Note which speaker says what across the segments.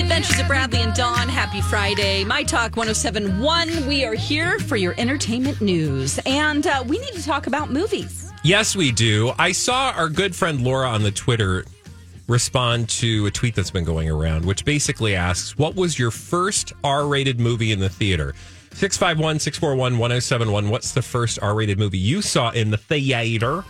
Speaker 1: Adventures of Bradley and Dawn. Happy Friday. My Talk 1071. We are here for your entertainment news. And uh, we need to talk about movies.
Speaker 2: Yes, we do. I saw our good friend Laura on the Twitter respond to a tweet that's been going around, which basically asks, What was your first R rated movie in the theater? 651 641 1071. What's the first R rated movie you saw in the theater?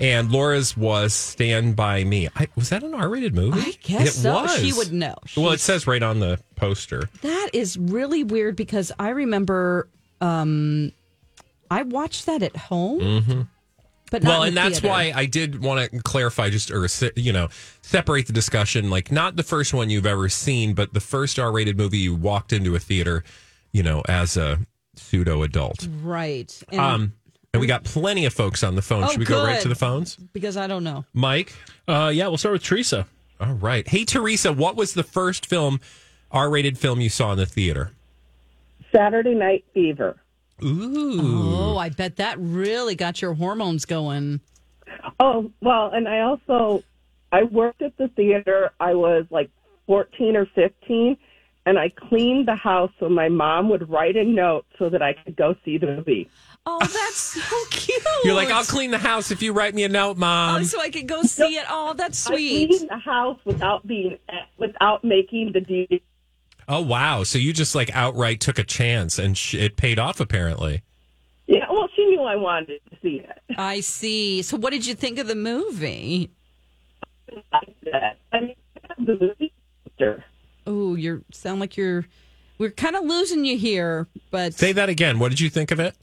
Speaker 2: And Laura's was Stand By Me. I, was that an R rated movie?
Speaker 1: I guess
Speaker 2: it
Speaker 1: so.
Speaker 2: was.
Speaker 1: She would know.
Speaker 2: Well, it
Speaker 1: She's-
Speaker 2: says right on the poster.
Speaker 1: That is really weird because I remember um, I watched that at home. But not
Speaker 2: Mm-hmm. well
Speaker 1: in
Speaker 2: and
Speaker 1: the
Speaker 2: that's
Speaker 1: theater.
Speaker 2: why i did want to clarify just or se- you know separate the discussion like not the first one you've ever seen but the first r-rated movie you walked into a theater you know as a pseudo adult
Speaker 1: Mm. Right. And-
Speaker 2: um and we got plenty of folks on the phone
Speaker 1: Oh,
Speaker 2: should we go right
Speaker 1: good.
Speaker 2: to the phones
Speaker 1: because I don't know.
Speaker 2: mike
Speaker 3: Uh, yeah, we'll start with Teresa.
Speaker 2: all right hey teresa what was the first film r-rated film you saw in the theater
Speaker 4: Saturday Night Fever.
Speaker 2: ooh
Speaker 1: Oh, I bet that really got your hormones going.
Speaker 4: Oh, well, and I also I worked at the theater. I was like 14 or 15 and I cleaned the house so my mom would write a note so that I could go see the movie.
Speaker 1: Oh, that's so cute.
Speaker 2: you're like i'll um, clean the house if you write me a note mom
Speaker 1: Oh, so I could go see it. Oh, that's
Speaker 4: I
Speaker 1: sweet.
Speaker 4: cleaned the house without being without making the DVD.
Speaker 2: oh wow so you just like outright took a chance and sh- it paid off apparently
Speaker 4: Yeah, well, she knew I wanted to see it.
Speaker 1: I see. So, what did you think of the movie?
Speaker 4: I mean, the movie poster.
Speaker 1: Oh, you sound like you're. We're kind of losing you here, but
Speaker 2: Say that again. What did you think of it?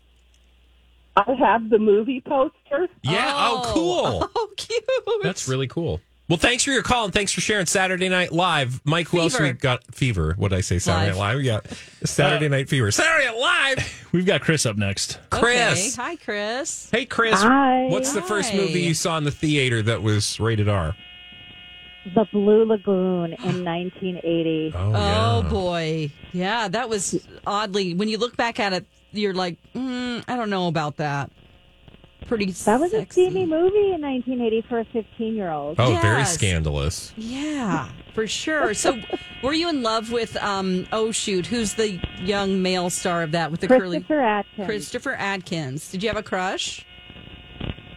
Speaker 4: I have the movie poster.
Speaker 2: Yeah. Oh, cool.
Speaker 1: Oh, cute.
Speaker 2: That's really cool. Well, thanks for your call and thanks for sharing Saturday Night Live. Mike, who else
Speaker 1: Fever. Uh,
Speaker 2: we got? Fever. What did I say? Saturday Night Live? Yeah. Saturday Night Fever. Saturday Night Live.
Speaker 3: We've got Chris up next.
Speaker 2: Chris.
Speaker 1: Okay. Hi, Chris.
Speaker 2: Hey, Chris.
Speaker 5: Hi.
Speaker 2: What's the first
Speaker 1: Hi.
Speaker 2: movie you saw in the theater that was rated R?
Speaker 5: The Blue Lagoon in 1980.
Speaker 2: Oh,
Speaker 1: Oh boy, yeah, that was oddly. When you look back at it, you're like, mm, I don't know about that. Pretty.
Speaker 5: That was a
Speaker 1: sexy.
Speaker 5: steamy movie in 1980 for a 15 year old.
Speaker 2: Oh, very
Speaker 1: Yes.
Speaker 2: scandalous.
Speaker 1: Yeah, for sure. So, were you in love with? Um, oh shoot, who's the young male star of that with the curly?
Speaker 5: Christopher Atkins.
Speaker 1: Christopher Adkins. Did you have a crush?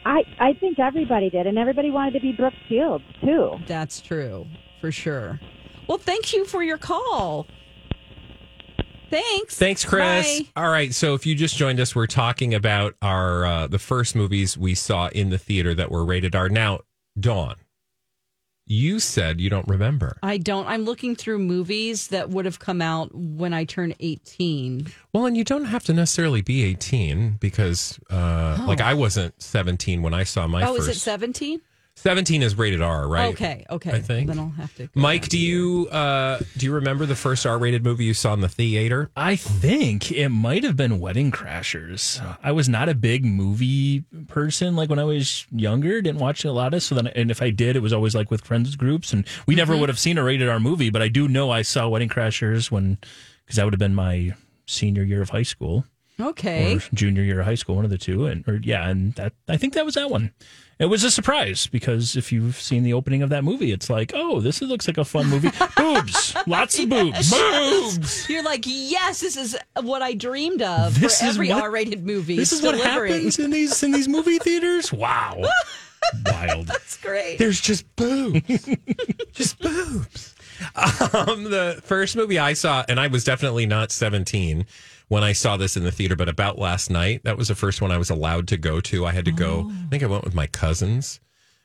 Speaker 5: I, I think everybody did, and everybody wanted to be Brooke Shields, too.
Speaker 1: That's true, for sure. Well, thank you for your call. Thanks.
Speaker 2: Thanks, Chris.
Speaker 1: Bye.
Speaker 2: All right. So, if you just joined us, we're talking about our uh, the first movies we saw in the theater that were rated R. Now, Dawn, you said you don't remember.
Speaker 1: I don't. I'm looking through movies that would have come out when I turned 18.
Speaker 2: Well, and you don't have to necessarily be 18 because, uh, like, I wasn't 17 when I saw my
Speaker 1: oh,
Speaker 2: first.
Speaker 1: is it 17?
Speaker 2: 17 is rated R, right?
Speaker 1: Okay, okay.
Speaker 2: I think.
Speaker 1: Then I'll have to. go
Speaker 2: Mike,
Speaker 1: back
Speaker 2: do
Speaker 1: to
Speaker 2: you uh, do you remember the first R-rated movie you saw in the theater?
Speaker 3: I think it might have been Wedding Crashers. I was not a big movie person like when I was younger, didn't watch a lot of so then and if I did it was always like with friends groups and we never would have seen a rated R movie, but I do know I saw Wedding Crashers when cuz that would have been my senior year of high school
Speaker 1: Okay.
Speaker 3: or junior year of high school, one of the two and or yeah, and that I think that was that one. It was a surprise because if you've seen the opening of that movie, it's like, oh, this looks like a fun movie. boobs, lots of boobs.
Speaker 2: Boobs.
Speaker 1: You're like, yes, this is what I dreamed of
Speaker 3: This
Speaker 1: for
Speaker 3: is
Speaker 1: every
Speaker 3: what-
Speaker 1: R-rated movie.
Speaker 3: This
Speaker 1: It's
Speaker 3: is what
Speaker 1: delivering.
Speaker 3: happens in these in these movie theaters. Wow, wild.
Speaker 1: It's great.
Speaker 2: There's just boobs, just boobs. Um, the first movie I saw, and I was definitely not 17 when I saw this in the theater, but about last night, that was the first one I was allowed to go to. I had to go, I think I went with my cousins.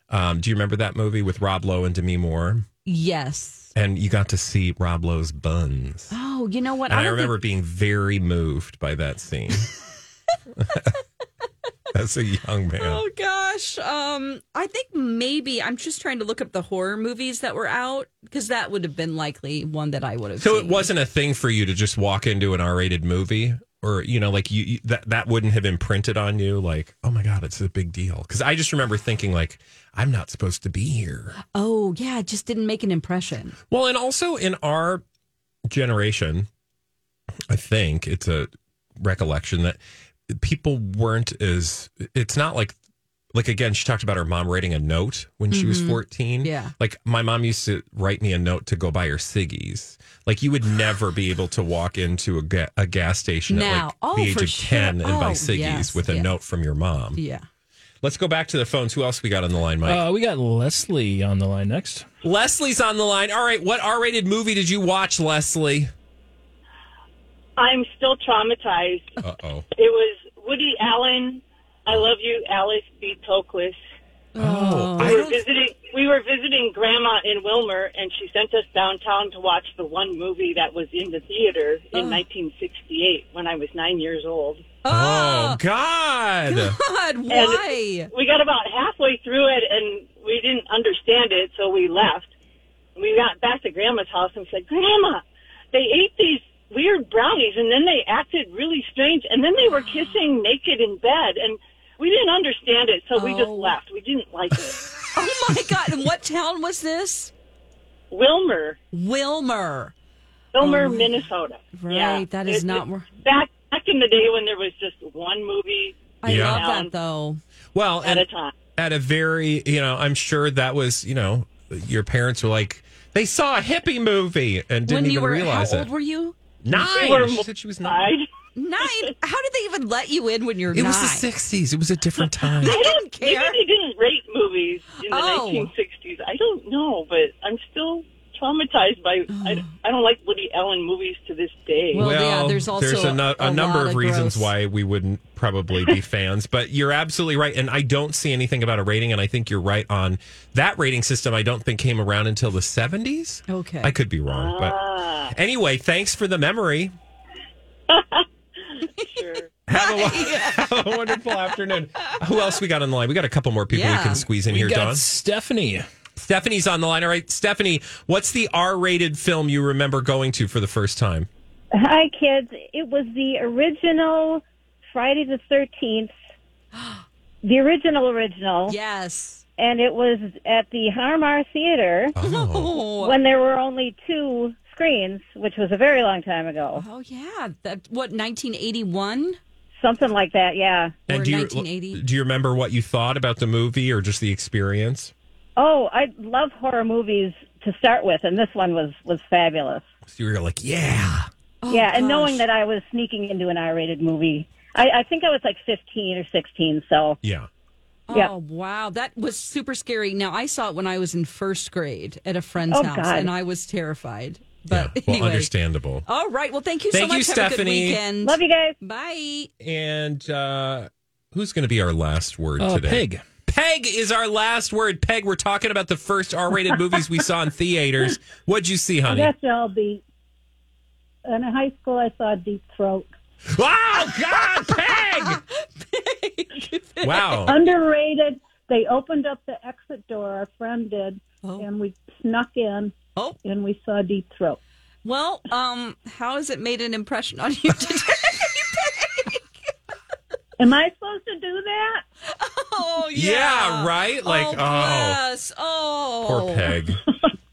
Speaker 2: Um, do you remember that movie with Rob Lowe and Demi Moore?
Speaker 1: Yes.
Speaker 2: And you got to see Rob Lowe's buns.
Speaker 1: Oh, you know what?
Speaker 2: And I
Speaker 1: don't think-
Speaker 2: remember being very moved by that scene. As a young man.
Speaker 1: Oh gosh. Um I think maybe I'm just trying to look up the horror movies that were out because that would have been likely one that I would have
Speaker 2: So it
Speaker 1: seen.
Speaker 2: wasn't a thing for you to just walk into an R-rated movie, or you know, like you, you that that wouldn't have imprinted on you, like oh my god, it's a big deal. Because I just remember thinking like I'm not supposed to be here.
Speaker 1: Oh yeah, it just didn't make an impression.
Speaker 2: Well, and also in our generation, I think it's a recollection that people weren't as. It's not like like again, she talked about her mom writing a note when she was fourteen.
Speaker 1: Mm-hmm. Yeah.
Speaker 2: like my mom used to write me a note to go buy her ciggies. Like you would never be able to walk into a, ga- a gas station at
Speaker 1: Now.
Speaker 2: like
Speaker 1: Oh,
Speaker 2: the age
Speaker 1: for
Speaker 2: of
Speaker 1: sure.
Speaker 2: ten and buy
Speaker 1: Oh,
Speaker 2: ciggies
Speaker 1: yes,
Speaker 2: with a
Speaker 1: yes.
Speaker 2: note from your mom.
Speaker 1: Yeah.
Speaker 2: Let's go back to the phones. Who else we got on the line, Mike?
Speaker 3: Uh, we got Leslie on the line next.
Speaker 2: Leslie's on the line. All right, what R-rated movie did you watch, Leslie?
Speaker 6: I'm still traumatized.
Speaker 2: Uh oh.
Speaker 6: It was Woody Allen. I love you, Alice B. Toklas.
Speaker 2: Oh,
Speaker 6: We were visiting. We were visiting Grandma in Wilmer, and she sent us downtown to watch the one movie that was in the theater
Speaker 1: Oh.
Speaker 6: in 1968 when I was nine years old.
Speaker 2: oh God.
Speaker 1: God, why?
Speaker 6: We got about halfway through it, and we didn't understand it, so we left. We got back to Grandma's house and said, "Grandma, they ate these." Weird brownies, and then they acted really strange, and then they were kissing naked in bed, and we didn't understand it, so we just
Speaker 1: Oh.
Speaker 6: left. We didn't like it.
Speaker 1: Oh my God! And what town was this?
Speaker 6: Wilmer,
Speaker 1: Wilmer.
Speaker 6: Wilmer, Minnesota.
Speaker 1: Right,
Speaker 6: Yeah.
Speaker 1: that is
Speaker 6: It-
Speaker 1: not
Speaker 6: it-
Speaker 1: where-
Speaker 6: back back in the day when there was just one movie
Speaker 1: I
Speaker 2: Yeah.
Speaker 1: love that though.
Speaker 2: Well,
Speaker 6: at
Speaker 2: and
Speaker 6: a time.
Speaker 2: at a very, you know, I'm sure that was, you know, your parents were like, they saw a hippie movie and didn't
Speaker 1: when you
Speaker 2: even
Speaker 1: were
Speaker 2: realize
Speaker 1: how
Speaker 2: it.
Speaker 1: old were you?
Speaker 6: We
Speaker 2: nine.
Speaker 6: were
Speaker 2: She said she was nine.
Speaker 6: mortified.
Speaker 1: Nine. How did they even let you in when you're
Speaker 2: It
Speaker 1: nine?
Speaker 2: was the 60s. It was a different time.
Speaker 6: I
Speaker 1: didn't
Speaker 6: don't
Speaker 1: care.
Speaker 6: Maybe they didn't rate movies in the
Speaker 1: Oh.
Speaker 6: 1960s. I don't know, but I'm still traumatized by. I, I don't like Woody Allen movies to this day.
Speaker 1: Well, yeah, there's also
Speaker 2: there's a, nu- a
Speaker 1: a
Speaker 2: number
Speaker 1: lot
Speaker 2: of
Speaker 1: of
Speaker 2: reasons
Speaker 1: gross-
Speaker 2: why we wouldn't probably be fans, but you're absolutely right. And I don't see anything about a rating, and I think you're right on that rating system. I don't think came around until the 70s.
Speaker 1: Okay.
Speaker 2: I could be wrong, but anyway, thanks for the memory.
Speaker 6: sure.
Speaker 2: Have a, have a wonderful afternoon. Who else we got on the line? We got a couple more people we
Speaker 1: Yeah.
Speaker 2: can squeeze in
Speaker 3: We
Speaker 2: here,
Speaker 3: got
Speaker 2: Don.
Speaker 3: Stephanie.
Speaker 2: Stephanie's on the line. All right, Stephanie, what's the R-rated film you remember going to for the first time?
Speaker 5: Hi, kids. It was the original Friday the 13th. The original original.
Speaker 1: Yes.
Speaker 5: And it was at the Harmar Theater
Speaker 2: Oh,
Speaker 1: Oh.
Speaker 5: when there were only two screens, which was a very long time ago.
Speaker 1: Oh yeah. That what 1981?
Speaker 5: Something like that, yeah.
Speaker 1: Or
Speaker 2: do you
Speaker 1: 1980.
Speaker 2: do you remember what you thought about the movie or just the experience?
Speaker 5: Oh, I love horror movies to start with, and this one was, was fabulous.
Speaker 2: So you were like, yeah.
Speaker 5: yeah, and
Speaker 1: gosh.
Speaker 5: knowing that I was sneaking into an R rated movie. I, I think I was like 15 or 16, so.
Speaker 2: Yeah.
Speaker 5: Yeah.
Speaker 1: Oh wow, that was super scary. Now I saw it when I was in first grade at a friend's
Speaker 5: Oh,
Speaker 1: house,
Speaker 5: God.
Speaker 1: and I was terrified.
Speaker 2: Yeah.
Speaker 1: But
Speaker 2: Well,
Speaker 1: anyway.
Speaker 2: understandable.
Speaker 1: All right. Well, thank you so
Speaker 2: Thank you,
Speaker 1: much. Have a good
Speaker 2: Stephanie.
Speaker 1: weekend.
Speaker 5: Love you guys.
Speaker 1: Bye.
Speaker 2: And uh who's going to be our last word
Speaker 3: Uh,
Speaker 2: today?
Speaker 3: Peg.
Speaker 2: Peg is our last word. Peg, we're talking about the first R-rated movies we saw in theaters. What'd you see, honey?
Speaker 5: I'll be. In high school, I saw Deep Throat.
Speaker 2: Oh God, Peg!
Speaker 7: Oh.
Speaker 1: Oh,
Speaker 2: wow.
Speaker 5: Underrated. They opened up the exit door, our friend did,
Speaker 7: Oh.
Speaker 5: and we snuck in
Speaker 1: Oh.
Speaker 5: and we saw Deep Throat.
Speaker 1: Well, um, how has it made an impression on you today?
Speaker 5: Am I supposed to do that?
Speaker 1: oh yeah.
Speaker 2: Yeah, right. Like,
Speaker 1: oh,
Speaker 2: oh,
Speaker 1: Yes. Oh.
Speaker 2: poor Peg.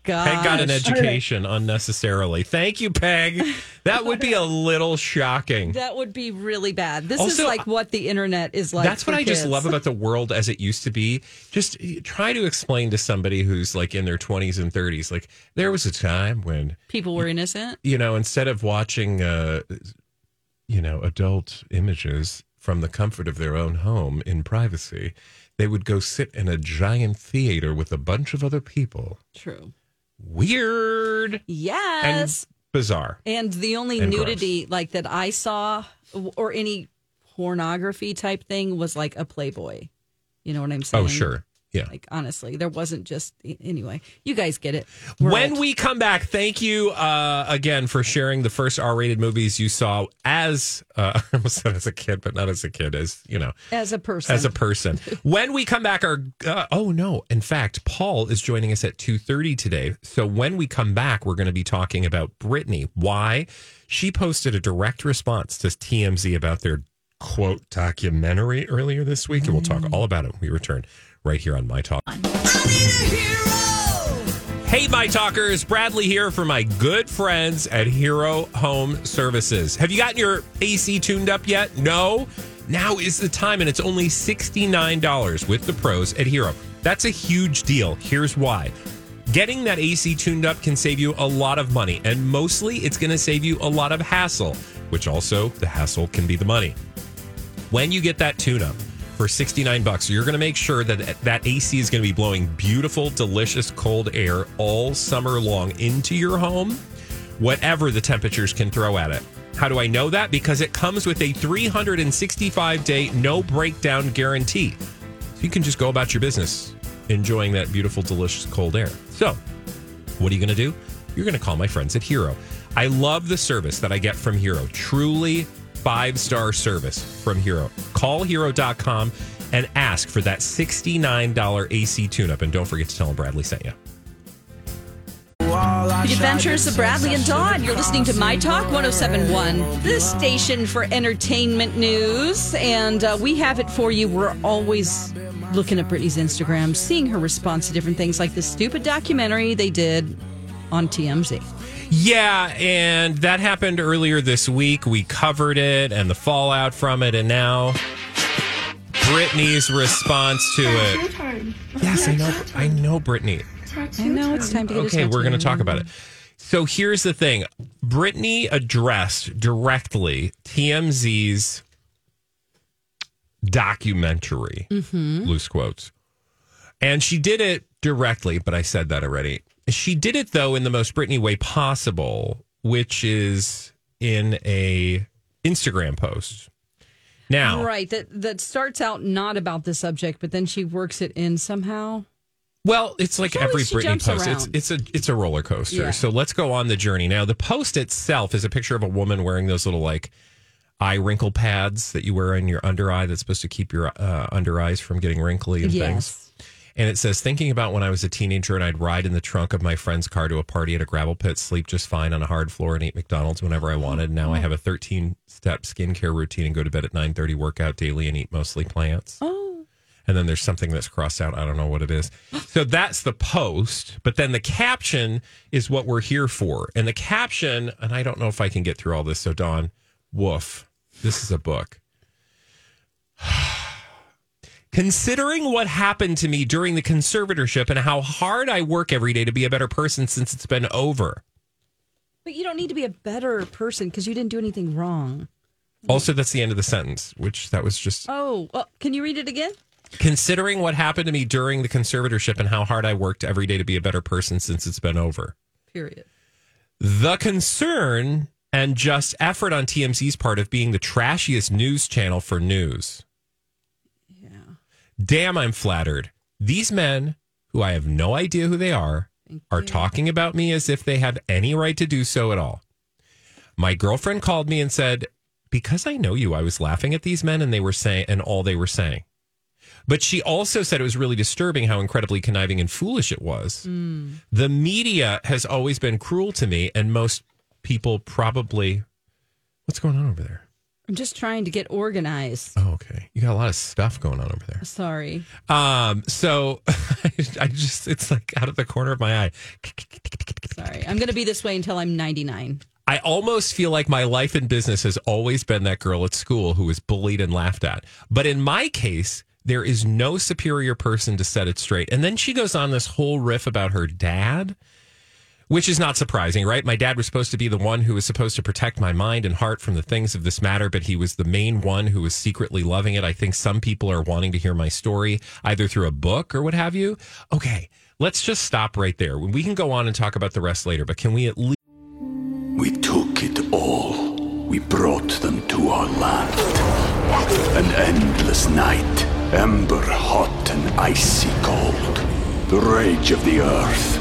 Speaker 1: Gosh.
Speaker 2: Peg got an education unnecessarily. Thank you, Peg. That would be a little shocking.
Speaker 1: That would be really bad. This is
Speaker 2: Also,
Speaker 1: like what the internet is like.
Speaker 2: That's what
Speaker 1: for
Speaker 2: I just
Speaker 1: kids.
Speaker 2: love about the world as it used to be. Just eh, try to explain to somebody who's like in their 20s and 30s, like, there was a time when
Speaker 1: People were innocent.
Speaker 2: you know, instead of watching, uh, you know, adult images from the comfort of their own home in privacy, they would go sit in a giant theater with a bunch of other people
Speaker 1: True.
Speaker 2: weird
Speaker 1: Yes.
Speaker 2: and bizarre.
Speaker 1: And the only
Speaker 2: And
Speaker 1: nudity like that I saw w- or any pornography type thing was like a Playboy. You know what I'm saying?
Speaker 2: Oh, sure. Yeah.
Speaker 1: Like honestly, there wasn't just anyway. You guys get it.
Speaker 2: When we come back, thank you uh, again for sharing the first R-rated movies you saw as uh, I almost said as a kid, but not as a kid, as you know,
Speaker 1: as a person.
Speaker 2: as a person. when we come back, our uh, oh no, in fact, Paul is joining us at two thirty today. So when we come back, we're going to be talking about Brittany. Why she posted a direct response to TMZ about their quote documentary earlier this week, and we'll talk all about it when we return right here on My Talk. Hey, my talkers, Bradley here for my good friends at Hero Home Services. Have you gotten your AC tuned up yet? No? Now is the time, and it's only $69 with the pros at Hero. That's a huge deal. Here's why. Getting that AC tuned up can save you a lot of money, and mostly it's going to save you a lot of hassle, which also the hassle can be the money when you get that tune up for 69 bucks you're going to make sure that that AC is going to be blowing beautiful delicious cold air all summer long into your home whatever the temperatures can throw at it how do I know that because it comes with a 365 day no breakdown guarantee so you can just go about your business enjoying that beautiful delicious cold air so what are you going to do? You're going to call my friends at Hero. I love the service that I get from Hero. Truly five star service from Hero. Call hero.com and ask for that $69 AC tune up. And don't forget to tell them Bradley sent you.
Speaker 1: The Adventures of Bradley and Dawn. You're listening to My Talk 1071, the station for entertainment news. And uh, we have it for you. We're always looking at Britney's Instagram, seeing her response to different things like this stupid documentary they did on TMZ.
Speaker 2: Yeah, and that happened earlier this week. We covered it and the fallout from it. And now Brittany's response to it. Yes, I know. I know, Brittany.
Speaker 1: I know it's time to get a
Speaker 2: okay, we're going to
Speaker 1: tattoo.
Speaker 2: talk about it. So here's the thing: Brittany addressed directly TMZ's documentary,
Speaker 1: Mm-hmm.
Speaker 2: loose quotes, and she did it directly. But I said that already. She did it though in the most Brittany way possible, which is in a Instagram post. Now,
Speaker 1: Right, that that starts out not about the subject, but then she works it in somehow.
Speaker 2: Well, it's like
Speaker 1: As long
Speaker 2: every
Speaker 1: as she
Speaker 2: Britney
Speaker 1: jumps
Speaker 2: post. It's
Speaker 1: around.
Speaker 2: it's a it's a roller coaster.
Speaker 1: Yeah.
Speaker 2: So let's go on the journey. Now, the post itself is a picture of a woman wearing those little like eye wrinkle pads that you wear on your under eye that's supposed to keep your uh, under eyes from getting wrinkly and things.
Speaker 1: Yes.
Speaker 2: And it says, thinking about when I was a teenager and I'd ride in the trunk of my friend's car to a party at a gravel pit, sleep just fine on a hard floor and eat McDonald's whenever I wanted. Now I have a 13 step skincare routine and go to bed at 930, work out daily and eat mostly plants
Speaker 1: Oh,
Speaker 2: and then there's something that's crossed out. I don't know what it is. So that's the post, but then the caption is what we're here for. And the caption, and I don't know if I can get through all this. So, Don, woof, this is a book. Considering what happened to me during the conservatorship and how hard I work every day to be a better person since it's been over.
Speaker 1: but you don't need to be a better person because you didn't do anything wrong.
Speaker 2: Also, that's the end of the sentence, which that was just
Speaker 1: Oh, well, can you read it again?
Speaker 2: considering what happened to me during the conservatorship and how hard I worked every day to be a better person since it's been over.
Speaker 1: Period.
Speaker 2: the concern and just effort on TMZ's part of being the trashiest news channel for news. Yeah. Damn, I'm flattered. These men, who I have no idea who they are, are talking about me as if they have any right to do so at all. My girlfriend called me and said, "Because I know you, I was laughing at these men and they were saying and all they were saying." But she also said it was really disturbing how incredibly conniving and foolish it was the media has always been cruel to me, and most people probably. What's going on over there?
Speaker 1: I'm just trying to get organized.
Speaker 2: Oh, okay. You got a lot of stuff going on over there.
Speaker 1: Sorry.
Speaker 2: Um, so I just, it's like out of the corner of my eye.
Speaker 1: Sorry. I'm going to be this way until I'm 99.
Speaker 2: I almost feel like my life and business has always been that girl at school who was bullied and laughed at. But in my case, there is no superior person to set it straight. And then she goes on this whole riff about her dad, which is not surprising, right? My dad was supposed to be the one who was supposed to protect my mind and heart from the things of this matter, but he was the main one who was secretly loving it. I think some people are wanting to hear my story either through a book or what have you. Okay, Let's just stop right there. We can go on and talk about the rest later, but can we at least?
Speaker 8: We took it all. We brought them to our land. An endless night, ember hot and icy cold. The rage of the earth.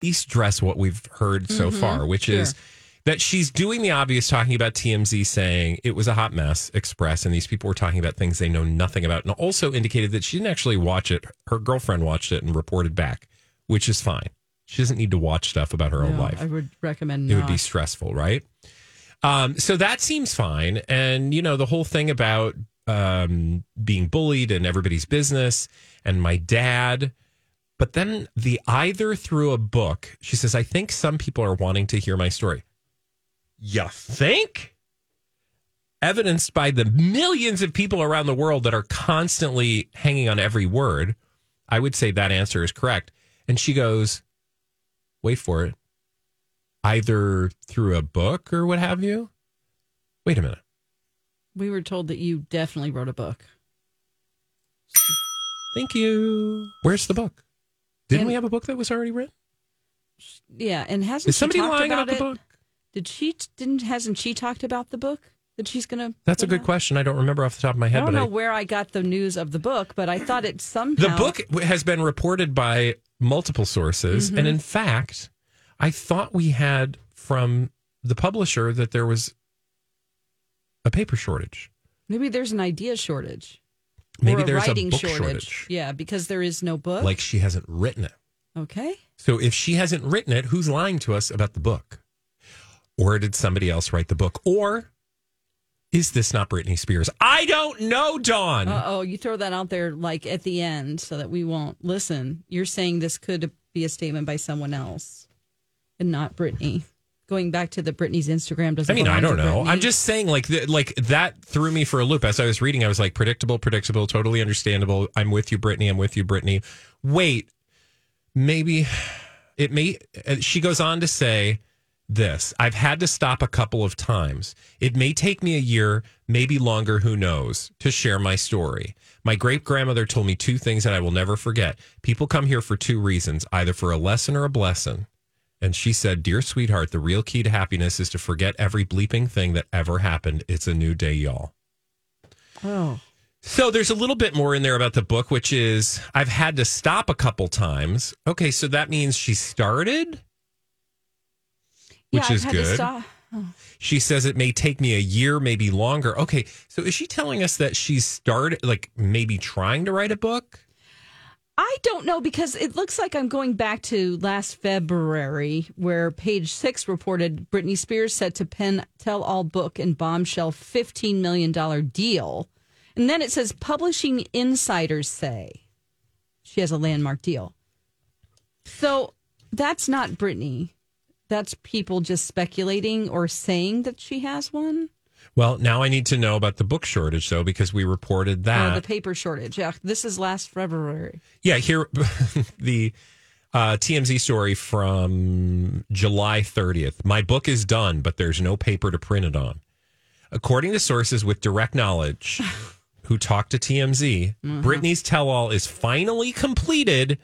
Speaker 2: at least dress what we've heard so
Speaker 9: Mhm,
Speaker 2: far, which is that she's doing the obvious, talking about TMZ saying it was a hot mess express, and these people were talking about things they know nothing about, and also indicated that she didn't actually watch it. Her girlfriend watched it and reported back, which is fine. She doesn't need to watch stuff about her own
Speaker 1: No,
Speaker 2: life.
Speaker 1: I would recommend
Speaker 2: It
Speaker 1: not.
Speaker 2: would be stressful, right? Um, so that seems fine. And, you know, the whole thing about um, being bullied and everybody's business and my dad. But then the either through a book, she says, I think some people are wanting to hear my story. You think? Evidenced by the millions of people around the world that are constantly hanging on every word. I would say that answer is correct. And she goes, wait for it either through a book or what have you. Wait a minute.
Speaker 1: we were told that you definitely wrote a book.
Speaker 2: Thank you. Where's the book? Didn't
Speaker 1: And-
Speaker 2: we have a book that was already written?
Speaker 1: Yeah, and hasn't
Speaker 2: Is
Speaker 1: she
Speaker 2: somebody
Speaker 1: talked
Speaker 2: lying about,
Speaker 1: about,
Speaker 2: the
Speaker 1: it?
Speaker 2: book?
Speaker 1: Did she didn't hasn't she talked about the book that she's going to?
Speaker 2: That's a good question. I don't remember off the top of my
Speaker 1: I
Speaker 2: head,
Speaker 1: don't
Speaker 2: but
Speaker 1: know
Speaker 2: I,
Speaker 1: where I got the news of the book, but I thought it
Speaker 2: the
Speaker 1: somehow
Speaker 2: book has been reported by multiple sources,
Speaker 1: Mhm.
Speaker 2: and in fact, I thought we had from the publisher that there was a paper shortage.
Speaker 1: Maybe there's an idea shortage.
Speaker 2: Maybe
Speaker 1: or a
Speaker 2: there's a
Speaker 1: writing
Speaker 2: book
Speaker 1: shortage.
Speaker 2: shortage.
Speaker 1: Yeah, because there is no book.
Speaker 2: Like she hasn't written it.
Speaker 1: okay,
Speaker 2: So if she hasn't written it, who's lying to us about the book? Or did somebody else write the book? Or is this not Britney Spears? I don't know, Dawn.
Speaker 1: uh oh, you throw that out there like at the end so that we won't listen. You're saying this could be a statement by someone else and not Brittany. Going back to the Britney's Instagram doesn't.
Speaker 2: I mean,
Speaker 1: belong
Speaker 2: I
Speaker 1: to
Speaker 2: don't know.
Speaker 1: Britney.
Speaker 2: I'm just saying, like, th- like that threw me for a loop. As I was reading, I was like, predictable, predictable, totally understandable. I'm with you, Brittany. I'm with you, Brittany. Wait, maybe it may. uh, She goes on to say this I've had to stop a couple of times. It may take me a year, maybe longer, who knows, to share my story. My great grandmother told me two things that I will never forget. People come here for two reasons either for a lesson or a blessing. And she said, Dear sweetheart, the real key to happiness is to forget every bleeping thing that ever happened. It's a new day, y'all.
Speaker 1: Oh.
Speaker 2: So there's a little bit more in there about the book, which is I've had to stop a couple times. Okay, so that means she started,
Speaker 1: Yeah,
Speaker 2: which
Speaker 1: I've
Speaker 2: is
Speaker 1: had to
Speaker 2: good.
Speaker 1: stop- oh.
Speaker 2: She says it may take me a year, maybe longer. Okay, so is she telling us that she's started, like maybe trying to write a book?
Speaker 1: I don't know because it looks like I'm going back to last February where page six reported Britney Spears set to pen tell all book and bombshell $15 million deal. And then it says publishing insiders say she has a landmark deal. So that's not Britney. That's people just speculating or saying that she has one.
Speaker 2: Well, now I need to know about the book shortage, though, because we reported
Speaker 1: Or
Speaker 2: that.
Speaker 1: Oh, the paper shortage. Yeah, this is last February.
Speaker 2: Yeah, here the uh, TMZ story from July 30th. My book is done, but there's no paper to print it on. According to sources with direct knowledge who talked to TMZ, Britney's tell all is finally completed,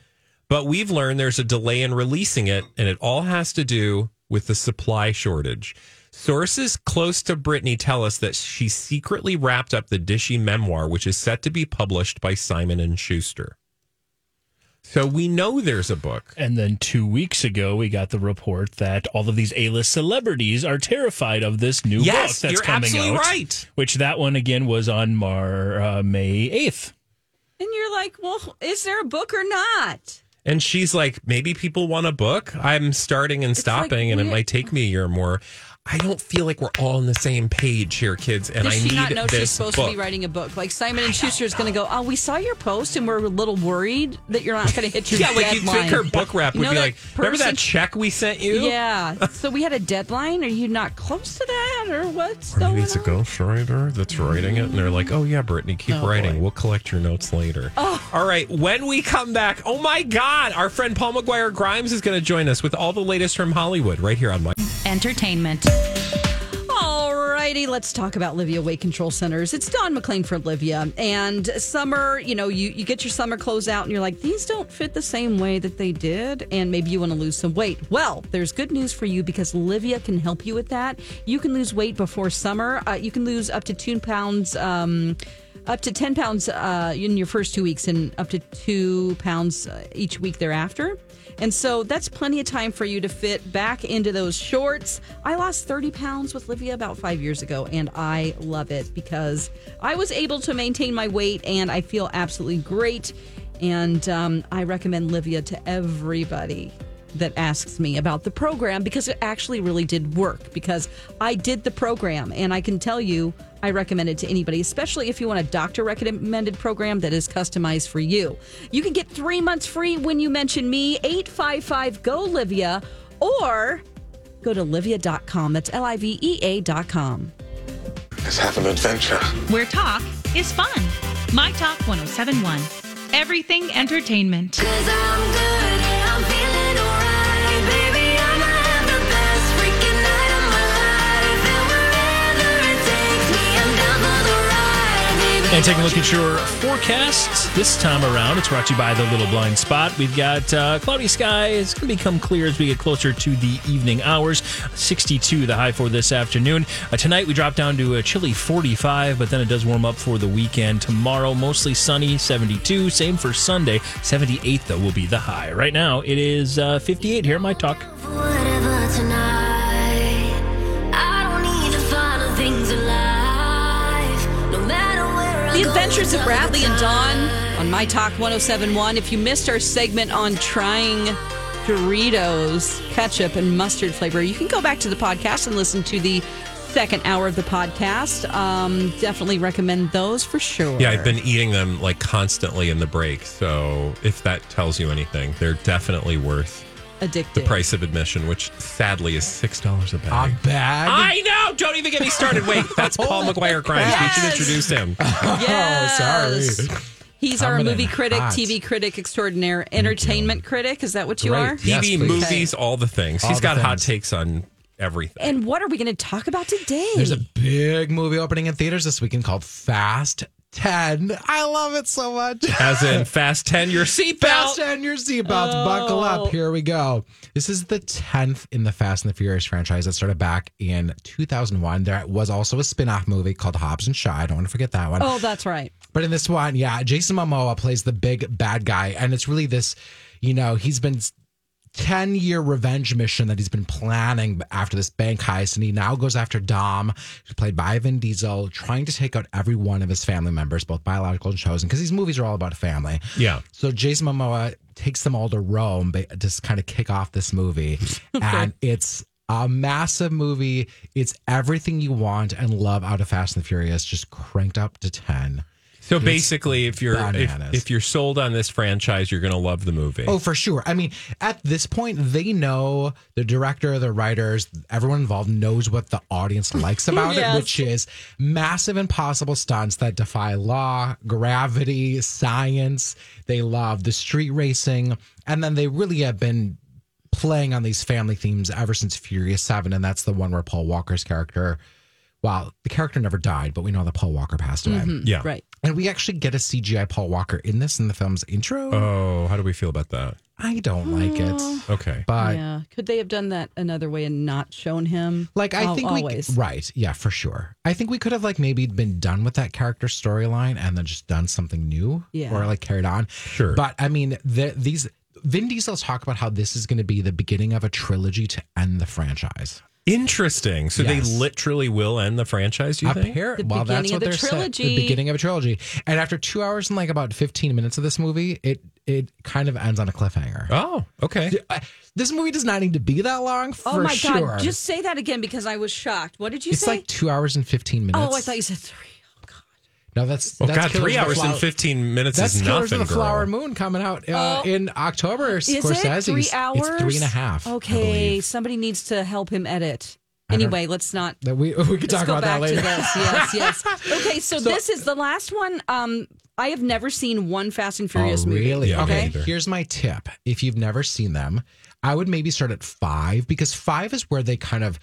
Speaker 2: but we've learned there's a delay in releasing it, and it all has to do with the supply shortage. Sources close to Britney tell us that she secretly wrapped up the Dishy memoir, which is set to be published by Simon and Schuster. So we know there's a book.
Speaker 3: And then two weeks ago, we got the report that all of these A-list celebrities are terrified of this new
Speaker 2: Yes,
Speaker 3: book that's
Speaker 2: you're
Speaker 3: coming
Speaker 2: absolutely
Speaker 3: out.
Speaker 2: right.
Speaker 3: Which that one again was on Mar uh, May eighth.
Speaker 1: And you're like, well, is there a book or not?
Speaker 2: And she's like, maybe people want a book. I'm starting and stopping, and it
Speaker 1: we-
Speaker 2: might take me a year or more. I don't feel like we're all on the same page here, kids. And
Speaker 1: Does
Speaker 2: I
Speaker 1: she
Speaker 2: need
Speaker 1: not know
Speaker 2: this
Speaker 1: she's supposed
Speaker 2: book.
Speaker 1: to be writing a book? Like Simon and Schuster is going to go, oh, we saw your post and we're a little worried that you're not going to hit your
Speaker 2: yeah, like
Speaker 1: deadline.
Speaker 2: you think her book wrap
Speaker 1: You
Speaker 2: would
Speaker 1: know
Speaker 2: be
Speaker 1: that
Speaker 2: like, remember
Speaker 1: person-
Speaker 2: that check we sent you?
Speaker 1: Yeah. so we had a deadline. Are you not close to that, or what's
Speaker 2: Or
Speaker 1: going
Speaker 2: maybe it's a ghostwriter that's writing it, and they're like, "Oh yeah, Brittany, keep writing. We'll collect your notes later."
Speaker 1: Oh.
Speaker 2: All right, when we come back, oh my God, our friend Paul McGuire Grimes is going to join us with all the latest from Hollywood right here on my.
Speaker 1: Entertainment. Alrighty, let's talk about Livia Weight Control Centers. It's Don McLean for Livia. And summer, you know, you, you get your summer clothes out and you're like, these don't fit the same way that they did. And maybe you want to lose some weight. Well, there's good news for you because Livia can help you with that. You can lose weight before summer. Uh, you can lose up to two pounds. Um, up to 10 pounds uh, in your first two weeks and up to two pounds uh, each week thereafter. And so that's plenty of time for you to fit back into those shorts. I lost 30 pounds with Livia about five years ago, and I love it because I was able to maintain my weight and I feel absolutely great. And um, I recommend Livia to everybody that asks me about the program because it actually really did work because I did the program and I can tell you I recommend it to anybody, especially if you want a doctor recommended program that is customized for you. You can get three months free when you mention me, 855 GO Livia, or go to livia.com. That's L I V E A.com.
Speaker 10: Let's have an adventure.
Speaker 11: Where talk is fun. My Talk 1071. Everything entertainment.
Speaker 3: And take a look at your forecast this time around. It's brought to you by the Little Blind Spot. We've got uh, cloudy sky. It's going to become clear as we get closer to the evening hours. 62 the high for this afternoon. Uh, tonight we drop down to a chilly 45, but then it does warm up for the weekend. Tomorrow mostly sunny, 72. Same for Sunday, 78 though will be the high. Right now it is uh, 58 here. at My talk.
Speaker 1: The Adventures of Bradley and Dawn on My Talk 1071. If you missed our segment on trying Doritos, ketchup, and mustard flavor, you can go back to the podcast and listen to the second hour of the podcast. Um, definitely recommend those for sure.
Speaker 2: Yeah, I've been eating them like constantly in the break. So if that tells you anything, they're definitely worth
Speaker 1: addicted.
Speaker 2: the price of admission, which sadly is six dollars a bag.
Speaker 7: A bag?
Speaker 2: I know. Don't even get me started. Wait, that's Paul McGuire Grimes. We should introduce him.
Speaker 1: Yes.
Speaker 2: Oh, sorry.
Speaker 1: He's our
Speaker 2: Coming in
Speaker 1: movie critic,
Speaker 2: hot.
Speaker 1: TV critic extraordinaire, entertainment critic. Is that what you are?
Speaker 2: TV, movies, all the things.
Speaker 7: All
Speaker 2: He's
Speaker 7: the
Speaker 2: got hot takes on everything.
Speaker 1: And what are we going to talk about today?
Speaker 7: There's a big movie opening in theaters this weekend called Fast 10. I love it so much.
Speaker 2: As in Fast 10, your seatbelt.
Speaker 7: Fast 10, your seatbelts. Buckle
Speaker 2: Oh.
Speaker 7: up. Here we go. This is the 10th in the Fast and the Furious franchise that started back in 2001. There was also a spin off movie called Hobbs and Shaw. I don't want to forget that one.
Speaker 1: Oh, that's right.
Speaker 7: But in this one, yeah, Jason Momoa plays the big bad guy, and it's really this, you know, he's been. 10 year revenge mission that he's been planning after this bank heist. And he now goes after Dom, who's played by Vin Diesel, trying to take out every one of his family members, both biological and chosen, because these movies are all about family.
Speaker 2: Yeah.
Speaker 7: So Jason Momoa takes them all to Rome ba- just kind of kick off this movie. and it's a massive movie. It's everything you want and love out of Fast and the Furious, just cranked up to 10.
Speaker 2: So
Speaker 7: It's
Speaker 2: basically, if you're
Speaker 7: bananas.
Speaker 2: if, if you're sold on this franchise, you're going to love the movie.
Speaker 7: Oh, for sure. I mean, at this point, they know the director, the writers, everyone involved knows what the audience likes about
Speaker 12: Yes.
Speaker 7: it, which is massive, impossible stunts that defy law, gravity, science. They love the street racing. And then they really have been playing on these family themes ever since Furious 7. And that's the one where Paul Walker's character, well, the character never died, but we know that Paul Walker passed away.
Speaker 2: Mhm. Yeah. Right.
Speaker 7: And we actually get a CGI Paul Walker in this in the film's intro.
Speaker 1: Uh,
Speaker 2: Oh, how do we feel about that?
Speaker 7: I don't like it.
Speaker 2: Okay.
Speaker 7: But
Speaker 1: yeah. Could they have done that another way and not shown him?
Speaker 7: like I
Speaker 1: Al-
Speaker 7: think
Speaker 1: always.
Speaker 7: we right, yeah, for sure. I think we could have like maybe been done with that character storyline and then just done something new
Speaker 1: Yeah.
Speaker 7: or like carried on. Sure. But I mean, the, these Vin Diesel's talk about how this is going to be the beginning of a trilogy to end the franchise.
Speaker 2: Interesting. So
Speaker 7: Yes.
Speaker 2: they literally will end the franchise. Do you think?
Speaker 7: Appar-
Speaker 1: The
Speaker 7: well, that's
Speaker 1: beginning
Speaker 7: what
Speaker 1: of the
Speaker 7: they're saying.
Speaker 1: trilogy.
Speaker 7: The beginning of a trilogy. And after two hours and like about fifteen minutes of this movie, it it kind of ends on a cliffhanger.
Speaker 2: Oh, okay.
Speaker 7: This movie does not need to be that long. For
Speaker 1: oh my
Speaker 7: sure.
Speaker 1: god! Just say that again because I was shocked. What did you
Speaker 7: it's
Speaker 1: say?
Speaker 7: like two hours and fifteen minutes.
Speaker 1: oh, I thought you said three.
Speaker 7: No, that's
Speaker 2: Oh
Speaker 7: that's
Speaker 2: God,
Speaker 7: Killers
Speaker 2: three
Speaker 7: of the
Speaker 2: hours and
Speaker 7: Flower-
Speaker 2: fifteen minutes
Speaker 7: That's
Speaker 2: is
Speaker 7: Killers
Speaker 2: nothing,
Speaker 7: of the
Speaker 2: girl.
Speaker 7: Flower Moon coming out uh,
Speaker 1: Oh.
Speaker 7: in October.
Speaker 1: Is it
Speaker 7: Scorsese's.
Speaker 1: three hours?
Speaker 7: It's three and a half. I
Speaker 1: Okay,
Speaker 7: believe.
Speaker 1: somebody needs to help him edit.
Speaker 7: I don't-
Speaker 1: Anyway, let's not.
Speaker 7: That we we could
Speaker 1: Let's
Speaker 7: talk
Speaker 1: go
Speaker 7: about
Speaker 1: back
Speaker 7: that later.
Speaker 1: to this. Yes, yes. Okay, so, this is the last one. Um, I have never seen one Fast and Furious
Speaker 7: Oh,
Speaker 1: movie.
Speaker 7: really?
Speaker 1: Okay.
Speaker 7: Okay. Here's my tip. If you've never seen them, I would maybe start at five because five is where they kind of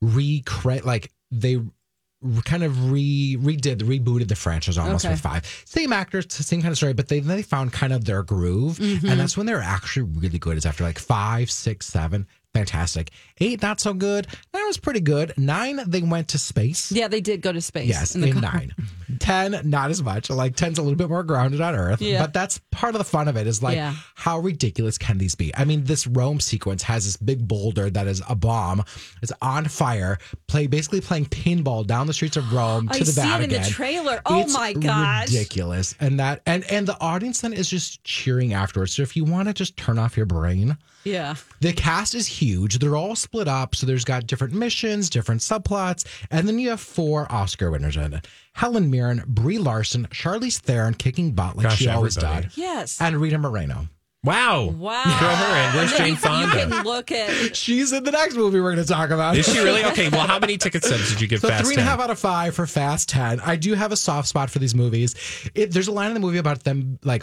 Speaker 7: recreate, like they r- kind of re redid, rebooted the franchise almost
Speaker 12: Okay.
Speaker 7: with five. Same actors, same kind of story, but they they found kind of their groove,
Speaker 12: Mhm.
Speaker 7: and that's when they're actually really good. Is after like five, six, seven. Fantastic. Eight, not so good. Nine was pretty good. Nine, they went to space.
Speaker 1: Yeah, they did go to space.
Speaker 7: Yes,
Speaker 1: in the
Speaker 7: in
Speaker 1: car.
Speaker 7: nine. Ten, not as much. Like ten's a little bit more grounded on Earth.
Speaker 1: Yeah.
Speaker 7: But that's part of the fun of it is like
Speaker 1: Yeah.
Speaker 7: how ridiculous can these be? I mean, this Rome sequence has this big boulder um, that is a bomb. It's on fire. Play basically playing pinball down the streets of Rome um, to
Speaker 1: I
Speaker 7: the
Speaker 1: Oh, see it in
Speaker 7: Vatican.
Speaker 1: the trailer. Oh
Speaker 7: It's
Speaker 1: my gosh.
Speaker 7: ridiculous. And that and and the audience then is just cheering afterwards. So if you want to just turn off your brain.
Speaker 1: Yeah.
Speaker 7: The cast is huge. They're all split up. So there's got different missions, different subplots. And then you have four Oscar winners in it Helen Mirren, Brie Larson, Charlize Theron kicking butt like
Speaker 2: Gosh,
Speaker 7: she always
Speaker 2: everybody.
Speaker 7: did.
Speaker 1: Yes.
Speaker 7: And Rita Moreno.
Speaker 2: Wow.
Speaker 1: Wow.
Speaker 2: Throw her in. Where's
Speaker 1: And then
Speaker 2: Jane
Speaker 1: you can-
Speaker 2: Fonda?
Speaker 1: You can look at.
Speaker 7: She's in the next movie we're going to talk about.
Speaker 2: Is she really okay? Well, how many ticket subs did you give
Speaker 7: So
Speaker 2: Fast
Speaker 7: three and a
Speaker 2: 10?
Speaker 7: half out of five for Fast Ten. I do have a soft spot for these movies. It, there's a line in the movie about them like,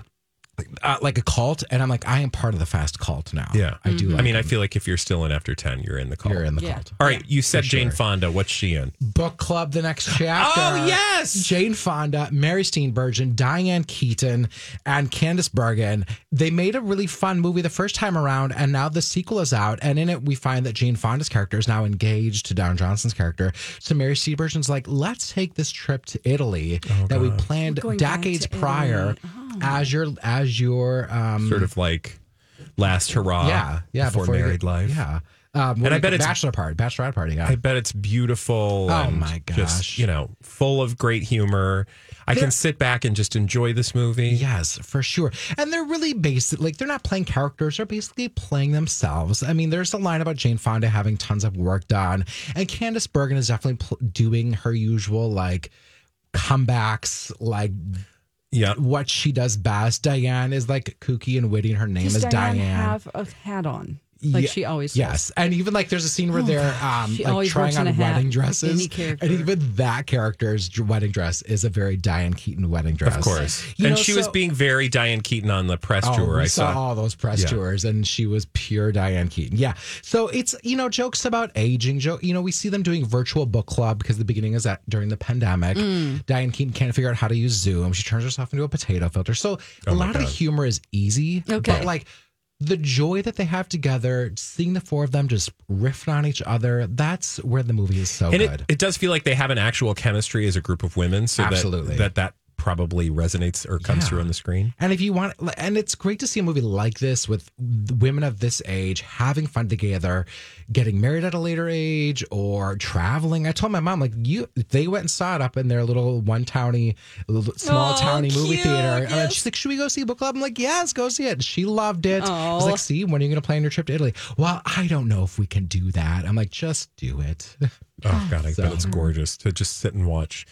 Speaker 7: uh, like a cult, and I'm like, I am part of the Fast cult now.
Speaker 2: Yeah, Mm-hmm.
Speaker 7: I do. Like
Speaker 2: I mean, I feel like if you're still in after ten, you're in the cult. You're
Speaker 7: in the
Speaker 1: Yeah. cult.
Speaker 2: All right, you said Jane Fonda. What's she in?
Speaker 7: Book Club, the next chapter.
Speaker 2: Oh, yes!
Speaker 7: Jane Fonda, Mary Steenburgen, Diane Keaton, and Candice Bergen. They made a really fun movie the first time around, and now the sequel is out. And in it, we find that Jane Fonda's character is now engaged to Don Johnson's character. So Mary Steenburgen's like, let's take this trip to Italy
Speaker 2: Oh,
Speaker 7: that we planned
Speaker 2: We're going back
Speaker 7: decades
Speaker 2: to
Speaker 7: prior
Speaker 2: Italy. Uh-huh.
Speaker 7: as your as your um
Speaker 2: Sort of like last hurrah.
Speaker 7: yeah yeah
Speaker 2: Ah, Before,
Speaker 7: you
Speaker 2: married
Speaker 7: get-
Speaker 2: life.
Speaker 7: yeah um,
Speaker 2: And I bet it's-
Speaker 7: bachelor party bachelorette party yeah
Speaker 2: I bet it's beautiful.
Speaker 7: Oh,
Speaker 2: and
Speaker 7: my
Speaker 2: Just
Speaker 7: gosh.
Speaker 2: you know, full of great humor. I
Speaker 7: There-
Speaker 2: can sit back and just enjoy this movie.
Speaker 7: Yes, for sure. And they're really basic. Like they're not playing characters; they're basically playing themselves. I mean, there's a line about Jane Fonda having tons of work done, and Candace Bergen is definitely pl- doing her usual like comebacks, like
Speaker 2: yeah,
Speaker 7: what she does best. Diane is like kooky and witty, and her name
Speaker 1: Does
Speaker 7: is Diane.
Speaker 1: have a hat on like
Speaker 7: Yeah,
Speaker 1: she always?
Speaker 7: Yes, and even like there's a scene where they're um,
Speaker 1: Oh, She
Speaker 7: like
Speaker 1: always works
Speaker 7: trying
Speaker 1: in
Speaker 7: on
Speaker 1: a hat,
Speaker 7: wedding dresses,
Speaker 1: any character.
Speaker 7: and even that character's dr- wedding dress is a very Diane Keaton wedding dress.
Speaker 2: Of course.
Speaker 7: You
Speaker 2: and
Speaker 7: know,
Speaker 2: she was
Speaker 7: so-
Speaker 2: being very Diane Keaton on the press
Speaker 7: Oh,
Speaker 2: tour.
Speaker 7: we
Speaker 2: I
Speaker 7: saw,
Speaker 2: saw.
Speaker 7: all those press
Speaker 2: Yeah.
Speaker 7: tours, and she was pure Diane Keaton. Yeah. So it's you know jokes about aging. Joke. You know we see them doing virtual book club because the beginning is that during the pandemic,
Speaker 12: Mm.
Speaker 7: Diane Keaton can't figure out how to use Zoom. She turns herself into a potato filter. So
Speaker 2: Oh
Speaker 7: a lot of the humor is easy.
Speaker 12: Okay.
Speaker 7: But like. The joy that they have together, seeing the four of them just riffing on each other, that's where the movie is so
Speaker 2: and
Speaker 7: Oh, good.
Speaker 2: it, it does feel like they have an actual chemistry as a group of women. So that-
Speaker 7: Absolutely.
Speaker 2: that that probably resonates or comes
Speaker 7: Yeah.
Speaker 2: through on the screen.
Speaker 7: And if you want, and it's great to see a movie like this with women of this age having fun together, getting married at a later age, or traveling. I told my mom, like, you, they went and saw it up in their little one towny, little- small
Speaker 12: Oh,
Speaker 7: towny movie
Speaker 12: cute,
Speaker 7: theater. And then
Speaker 12: yes.
Speaker 7: she's like, should we go see book club? I'm like, yes, go see it. She loved it. I was
Speaker 12: Oh.
Speaker 7: like, see, when are you going to plan your trip to Italy? Well, I don't know if we can do that. I'm like, just do it.
Speaker 2: Oh God, I bet it's gorgeous to just sit and watch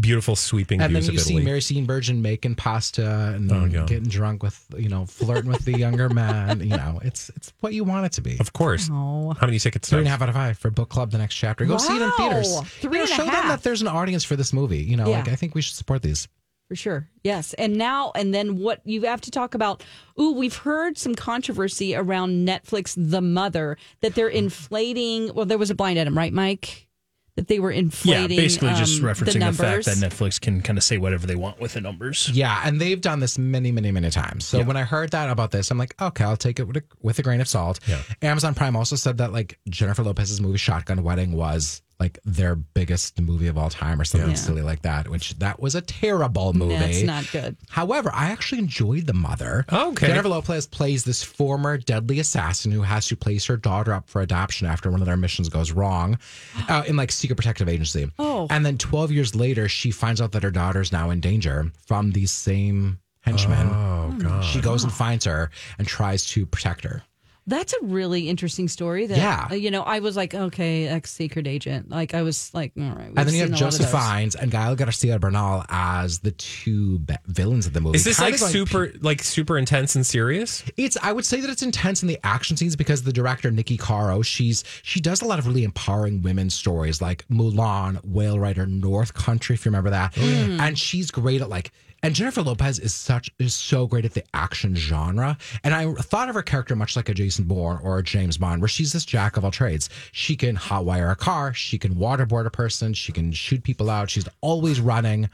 Speaker 2: beautiful sweeping
Speaker 7: And then
Speaker 2: views
Speaker 7: you
Speaker 2: of
Speaker 7: see
Speaker 2: Italy.
Speaker 7: Mary Steenburgen making pasta and
Speaker 2: Oh, yeah.
Speaker 7: getting drunk with, you know, flirting with the younger man. You know, it's it's what you want it to be.
Speaker 2: of course. How many tickets?
Speaker 7: Three and a half out of five for book club. The next chapter. Go see it in
Speaker 1: Wow.
Speaker 7: theaters.
Speaker 1: Three
Speaker 7: you know,
Speaker 1: and a
Speaker 7: show
Speaker 1: half.
Speaker 7: them that there's an audience for this movie. You know,
Speaker 1: Yeah.
Speaker 7: like I think we should support these.
Speaker 1: For sure. Yes. And now, and then what you have to talk about. Ooh, we've heard some controversy around Netflix, The Mother, that they're
Speaker 7: Hmm.
Speaker 1: inflating. Well, there was a blind item, right, Mike? That they were
Speaker 3: Yeah,
Speaker 1: inflating.
Speaker 3: basically just
Speaker 1: um,
Speaker 3: referencing the,
Speaker 1: the,
Speaker 3: fact that
Speaker 1: numbers.
Speaker 3: Netflix can kind of say whatever they want with the numbers.
Speaker 7: Yeah, and they've done this many, many, many times. So
Speaker 3: Yeah.
Speaker 7: when I heard that about this, I'm like, okay, I'll take it with a, with a grain of salt.
Speaker 2: Yeah.
Speaker 7: Amazon Prime also said that like Jennifer Lopez's movie Shotgun Wedding was like like their biggest movie of all time or something
Speaker 1: Yeah.
Speaker 7: silly like that, which that was a terrible movie.
Speaker 1: That's not good.
Speaker 7: However, I actually enjoyed The Mother.
Speaker 2: Okay.
Speaker 7: Jennifer Lopez plays this former deadly assassin who has to place her daughter up for adoption after one of their missions goes wrong uh, in like secret protective agency.
Speaker 1: Oh.
Speaker 7: And then 12 years later, she finds out that her daughter's now in danger from these same henchmen.
Speaker 1: Hmm.
Speaker 2: Oh,
Speaker 7: God. She goes and finds her and tries to protect her.
Speaker 1: That's a really interesting story. That
Speaker 7: Yeah.
Speaker 1: uh, you know, I was like, okay, ex secret agent. Like I was like, all right. We've
Speaker 7: and then you
Speaker 1: seen
Speaker 7: have
Speaker 1: a lot of
Speaker 7: Joseph
Speaker 1: those.
Speaker 7: Fiennes and Gael Garcia Bernal as the two be- villains of the movie.
Speaker 2: Is this
Speaker 7: Kind
Speaker 2: like
Speaker 7: of
Speaker 2: super like super intense and serious?
Speaker 7: It's I would say that it's intense in the action scenes because the director Nikki Caro, she's she does a lot of really empowering women's stories like Mulan, Whale Rider, North Country, if you remember that. And she's great at like and Jennifer Lopez is such is so great at the action genre. And I thought of her character much like a Jason Bourne or a James Bond, where she's this jack of all trades. She can hotwire a car, she can waterboard a person, she can shoot people out, she's always running.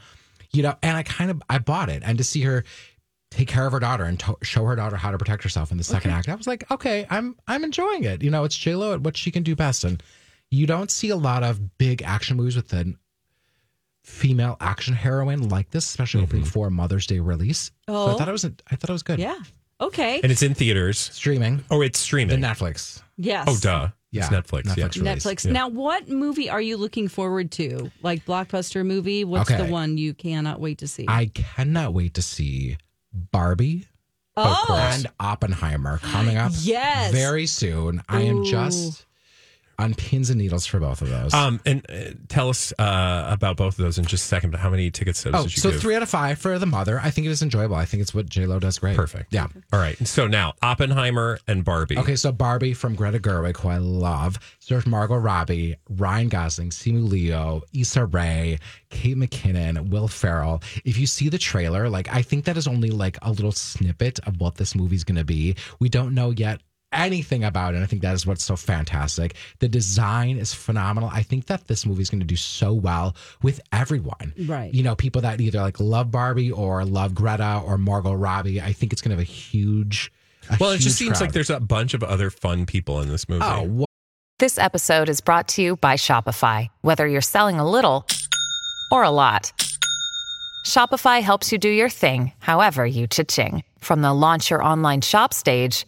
Speaker 7: You know, and I kind of I bought it. And to see her take care of her daughter and to- show her daughter how to protect herself in the second act. I was like, okay, I'm I'm enjoying it. You know, it's J Lo at what she can do best, and you don't see a lot of big action movies with an female action heroine like this, especially opening for a Mother's Day release. so
Speaker 1: Mm-hmm. Oh.
Speaker 7: I thought it was a, I thought it was good.
Speaker 1: Yeah. Okay.
Speaker 2: And it's in theaters.
Speaker 7: streaming.
Speaker 2: Oh, it's streaming.
Speaker 7: The Netflix.
Speaker 1: Yes.
Speaker 2: Oh, duh.
Speaker 7: Yeah,
Speaker 2: It's Netflix. yeah.
Speaker 7: Netflix release.
Speaker 1: Netflix.
Speaker 7: Yeah.
Speaker 1: Now, what movie are you looking forward to? Like blockbuster movie? What's the
Speaker 7: Okay.
Speaker 1: one you cannot wait to see?
Speaker 7: I cannot wait to see Barbie
Speaker 1: oh,
Speaker 7: and Oppenheimer coming up
Speaker 1: Yes.
Speaker 7: very soon. I am
Speaker 1: Ooh.
Speaker 7: just on pins and needles for both of those.
Speaker 2: Um, and uh, tell us uh, about both of those in just a second. But how many ticket sales
Speaker 7: Oh,
Speaker 2: did you
Speaker 7: so
Speaker 2: give?
Speaker 7: three out of five for the mother. I think it was enjoyable. I think it's what J Lo does great.
Speaker 2: Perfect.
Speaker 7: Yeah.
Speaker 2: All right. So now Oppenheimer and Barbie.
Speaker 7: Okay, so Barbie from Greta Gerwig, who I love, stars Margot Robbie, Ryan Gosling, Simu Leo, Issa Rae, Kate McKinnon, Will Ferrell. If you see the trailer, like I think that is only like a little snippet of what this movie's going to be. We don't know yet anything about it. And I think that is what's so fantastic. The design is phenomenal. I think that this movie is going to do so well with everyone.
Speaker 1: Right.
Speaker 7: You know, people that either like love Barbie or love Greta or Margot Robbie. I think it's going to have a huge. a
Speaker 2: Well, it just
Speaker 7: huge
Speaker 2: seems
Speaker 7: crowd.
Speaker 2: like there's a bunch of other fun people in this movie.
Speaker 7: Oh, wha-
Speaker 12: This episode is brought to you by Shopify. Whether you're selling a little or a lot, Shopify helps you do your thing, however you cha-ching. From the launch your online shop stage,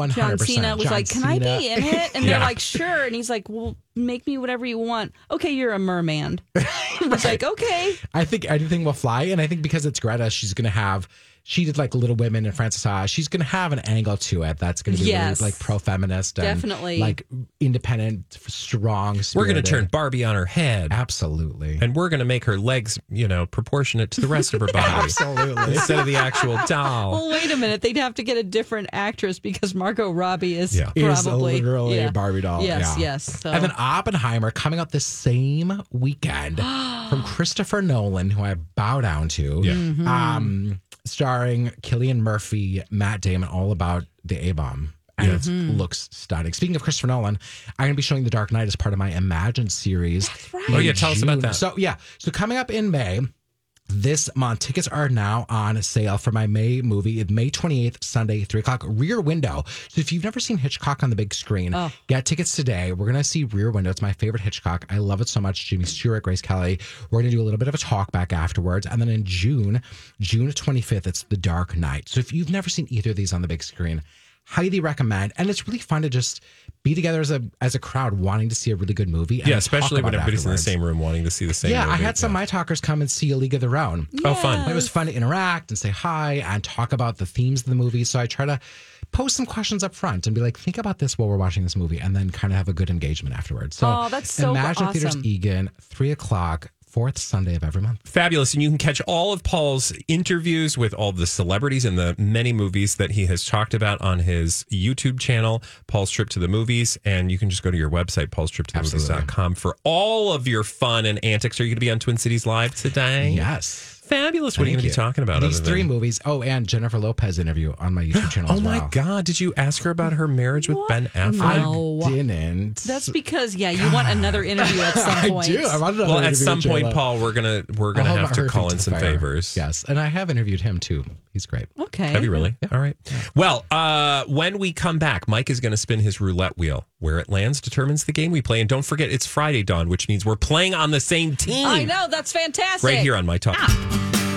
Speaker 7: 100%.
Speaker 1: John Cena was
Speaker 7: John
Speaker 1: like, "Can I be
Speaker 7: Cena.
Speaker 1: in it?" And they're
Speaker 7: Yeah.
Speaker 1: like, "Sure." And he's like, "Well, make me whatever you want." Okay, you're a merman. It's like, okay,
Speaker 7: I think anything will fly. And I think because it's Greta, she's going to have, she did like Little Women and Frances Ha. She's going to have an angle to it that's going to be
Speaker 1: Yes.
Speaker 7: really like pro feminist and
Speaker 1: Definitely.
Speaker 7: like independent, strong.
Speaker 2: We're going
Speaker 7: spirited.
Speaker 2: to turn Barbie on her head.
Speaker 7: Absolutely.
Speaker 2: And we're going to make her legs, you know, proportionate to the rest of her body.
Speaker 7: Absolutely.
Speaker 2: Instead of the actual doll.
Speaker 1: well, wait a minute. They'd have to get a different actress because Margot Robbie is
Speaker 2: Yeah.
Speaker 7: Is
Speaker 1: probably
Speaker 7: literally
Speaker 1: yeah.
Speaker 7: a Barbie doll.
Speaker 1: Yes,
Speaker 7: yeah.
Speaker 1: yes. So.
Speaker 7: And then Oppenheimer coming out the same weekend from Christopher Nolan, who I bow down to.
Speaker 2: Yeah.
Speaker 1: Mm-hmm.
Speaker 7: Um, starring Killian Murphy, Matt Damon, all about the A bomb. And it
Speaker 1: Mm-hmm.
Speaker 7: looks stunning. Speaking of Christopher Nolan, I'm going to be showing The Dark Knight as part of my Imagine series.
Speaker 2: right. Oh, yeah, tell us about
Speaker 7: June.
Speaker 2: that.
Speaker 7: So, yeah. So, coming up in May, this month. Tickets are now on sale for my May movie, It's May 28th, Sunday, 3 o'clock, Rear Window. So if you've never seen Hitchcock on the big screen, get tickets today. We're going to see Rear Window. It's my favorite Hitchcock. I love it so much. Jimmy Stewart, Grace Kelly. We're going to do a little bit of a talk back afterwards. And then in June, June 25th, it's The Dark Knight. So if you've never seen either of these on the big screen, highly recommend. And it's really fun to just be together as a as a crowd wanting to see a really good movie. and
Speaker 2: yeah,
Speaker 7: talk
Speaker 2: especially when
Speaker 7: about it
Speaker 2: everybody's in the
Speaker 7: afterwards.
Speaker 2: same room wanting to see the same.
Speaker 7: yeah, I
Speaker 2: movie.
Speaker 7: had some
Speaker 2: Yeah.
Speaker 7: my talkers come and see A League of Their Own.
Speaker 2: Oh, fun.
Speaker 7: It was fun to interact and say hi and talk about the themes of the movie. So I try to pose some questions up front and be like, think about this while we're watching this movie, and then kind of have a good engagement afterwards. So
Speaker 1: Oh, that's so
Speaker 7: Imagine Theaters
Speaker 1: awesome.
Speaker 7: Egan, three o'clock, fourth Sunday of every month.
Speaker 2: Fabulous. And you can catch all of Paul's interviews with all the celebrities and the many movies that he has talked about on his YouTube channel, Paul's Trip to the Movies. And you can just go to your website, paulstriptothemovies.com, for all of your fun and antics. Are you going to be on Twin Cities Live today?
Speaker 7: Yes.
Speaker 2: Fabulous. What are you
Speaker 7: Thank
Speaker 2: going to be talking about?
Speaker 7: These
Speaker 2: other than-
Speaker 7: three movies. Oh, and Jennifer Lopez interview on my YouTube channel.
Speaker 2: Oh
Speaker 7: as
Speaker 2: my
Speaker 7: well.
Speaker 2: God. Did you ask her about her marriage with Ben Affleck?
Speaker 1: No.
Speaker 7: I didn't.
Speaker 1: That's because yeah, you want another interview at
Speaker 7: I
Speaker 1: some point.
Speaker 7: do. I wanted another
Speaker 2: Well, at
Speaker 7: interview
Speaker 2: some
Speaker 7: with J
Speaker 2: point,
Speaker 7: Lo.
Speaker 2: Paul, we're gonna we're gonna
Speaker 7: I'll
Speaker 2: have to
Speaker 7: her
Speaker 2: call
Speaker 7: feet
Speaker 2: in
Speaker 7: the
Speaker 2: some
Speaker 7: fire.
Speaker 2: favors.
Speaker 7: Yes, and I have interviewed him too. He's great.
Speaker 1: Okay.
Speaker 2: Have you really? All right. Well, uh, when we come back, Mike is going to spin his roulette wheel. Where it lands determines the game we play. And don't forget, it's Friday, Dawn, which means we're playing on the same team.
Speaker 1: I know that's Ah. fantastic.
Speaker 2: Right here on My Talk.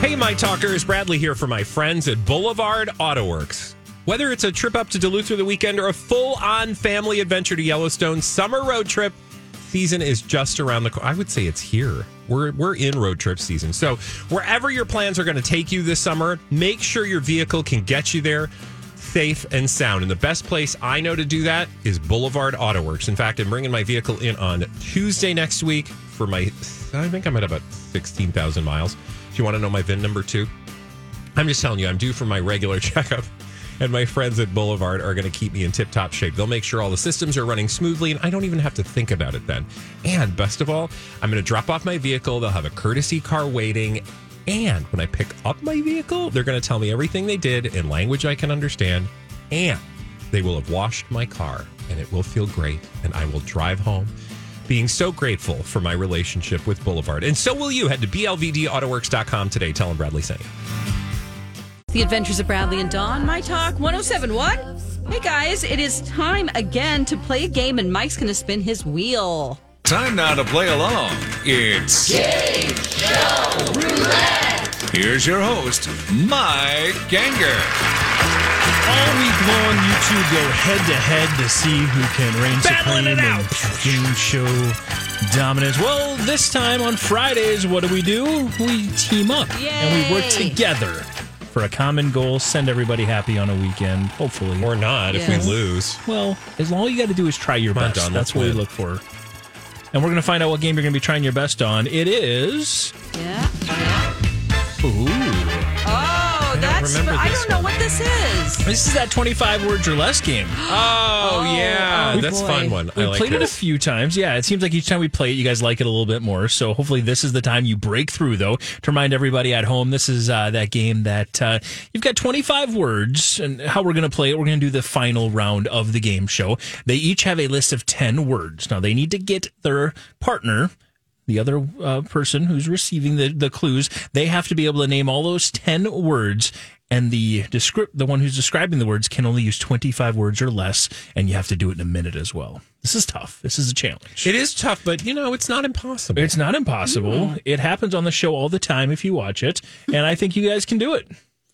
Speaker 2: Hey, My Talkers. Bradley here for my friends at Boulevard AutoWorks. Whether it's a trip up to Duluth for the weekend or a full on family adventure to Yellowstone, summer road trip season is just around the corner. I would say it's here. We're, we're in road trip season. So, wherever your plans are going to take you this summer, make sure your vehicle can get you there safe and sound. And the best place I know to do that is Boulevard AutoWorks. In fact, I'm bringing my vehicle in on Tuesday next week for my, I think I'm at about 16,000 miles. If you want to know my VIN number too, I'm just telling you, I'm due for my regular checkup. And my friends at Boulevard are going to keep me in tip top shape. They'll make sure all the systems are running smoothly and I don't even have to think about it then. And best of all, I'm going to drop off my vehicle. They'll have a courtesy car waiting. And when I pick up my vehicle, they're going to tell me everything they did in language I can understand. And they will have washed my car and it will feel great. And I will drive home being so grateful for my relationship with Boulevard. And so will you. Head to blvdautoworks.com today. Tell them Bradley sent you.
Speaker 1: The Adventures of Bradley and Dawn, My Talk 1071. Hey guys, it is time again to play a game, and Mike's going to spin his wheel.
Speaker 13: Time now to play along. It's Game Show Roulette. Here's your host, Mike Ganger.
Speaker 3: All week long, you two go head to head to see who can reign
Speaker 13: Battling
Speaker 3: supreme
Speaker 13: it out.
Speaker 3: in game show dominance. Well, this time on Fridays, what do we do? We team up and we work
Speaker 1: Yay.
Speaker 3: together for a common goal. Send everybody happy on a weekend, hopefully,
Speaker 2: or not
Speaker 1: if we Yes.
Speaker 2: lose.
Speaker 3: Well, as long all you got to do is try your
Speaker 2: Come on,
Speaker 3: best.
Speaker 2: Don,
Speaker 3: That's
Speaker 2: let's
Speaker 3: what we
Speaker 2: win.
Speaker 3: look for. And we're going to find out what game you're going to be trying your best on. It is.
Speaker 1: Yeah.
Speaker 3: Ooh.
Speaker 1: Oh, that's.
Speaker 3: remember
Speaker 1: I
Speaker 3: this
Speaker 1: don't know what this is.
Speaker 3: This is that 25 word or less game.
Speaker 2: Oh, yeah.
Speaker 3: oh,
Speaker 2: That's a
Speaker 3: boy.
Speaker 2: fun one.
Speaker 3: We
Speaker 2: I like
Speaker 3: played it a
Speaker 2: this.
Speaker 3: few times. Yeah, it seems like each time we play it, you guys like it a little bit more. So hopefully, this is the time you break through, though. To remind everybody at home, this is uh, that game that uh, you've got 25 words, and how we're going to play it. We're going to do the final round of the game show. They each have a list of 10 words. Now, they need to get their partner. The other uh, person who's receiving the, the clues, they have to be able to name all those 10 words. And the descrip- the one who's describing the words can only use 25 words or less. And you have to do it in a minute as well. This is tough. This is a challenge.
Speaker 2: It is tough, but you know, it's not impossible.
Speaker 3: It's not impossible. It happens on the show all the time if you watch it, and I think you guys can do it.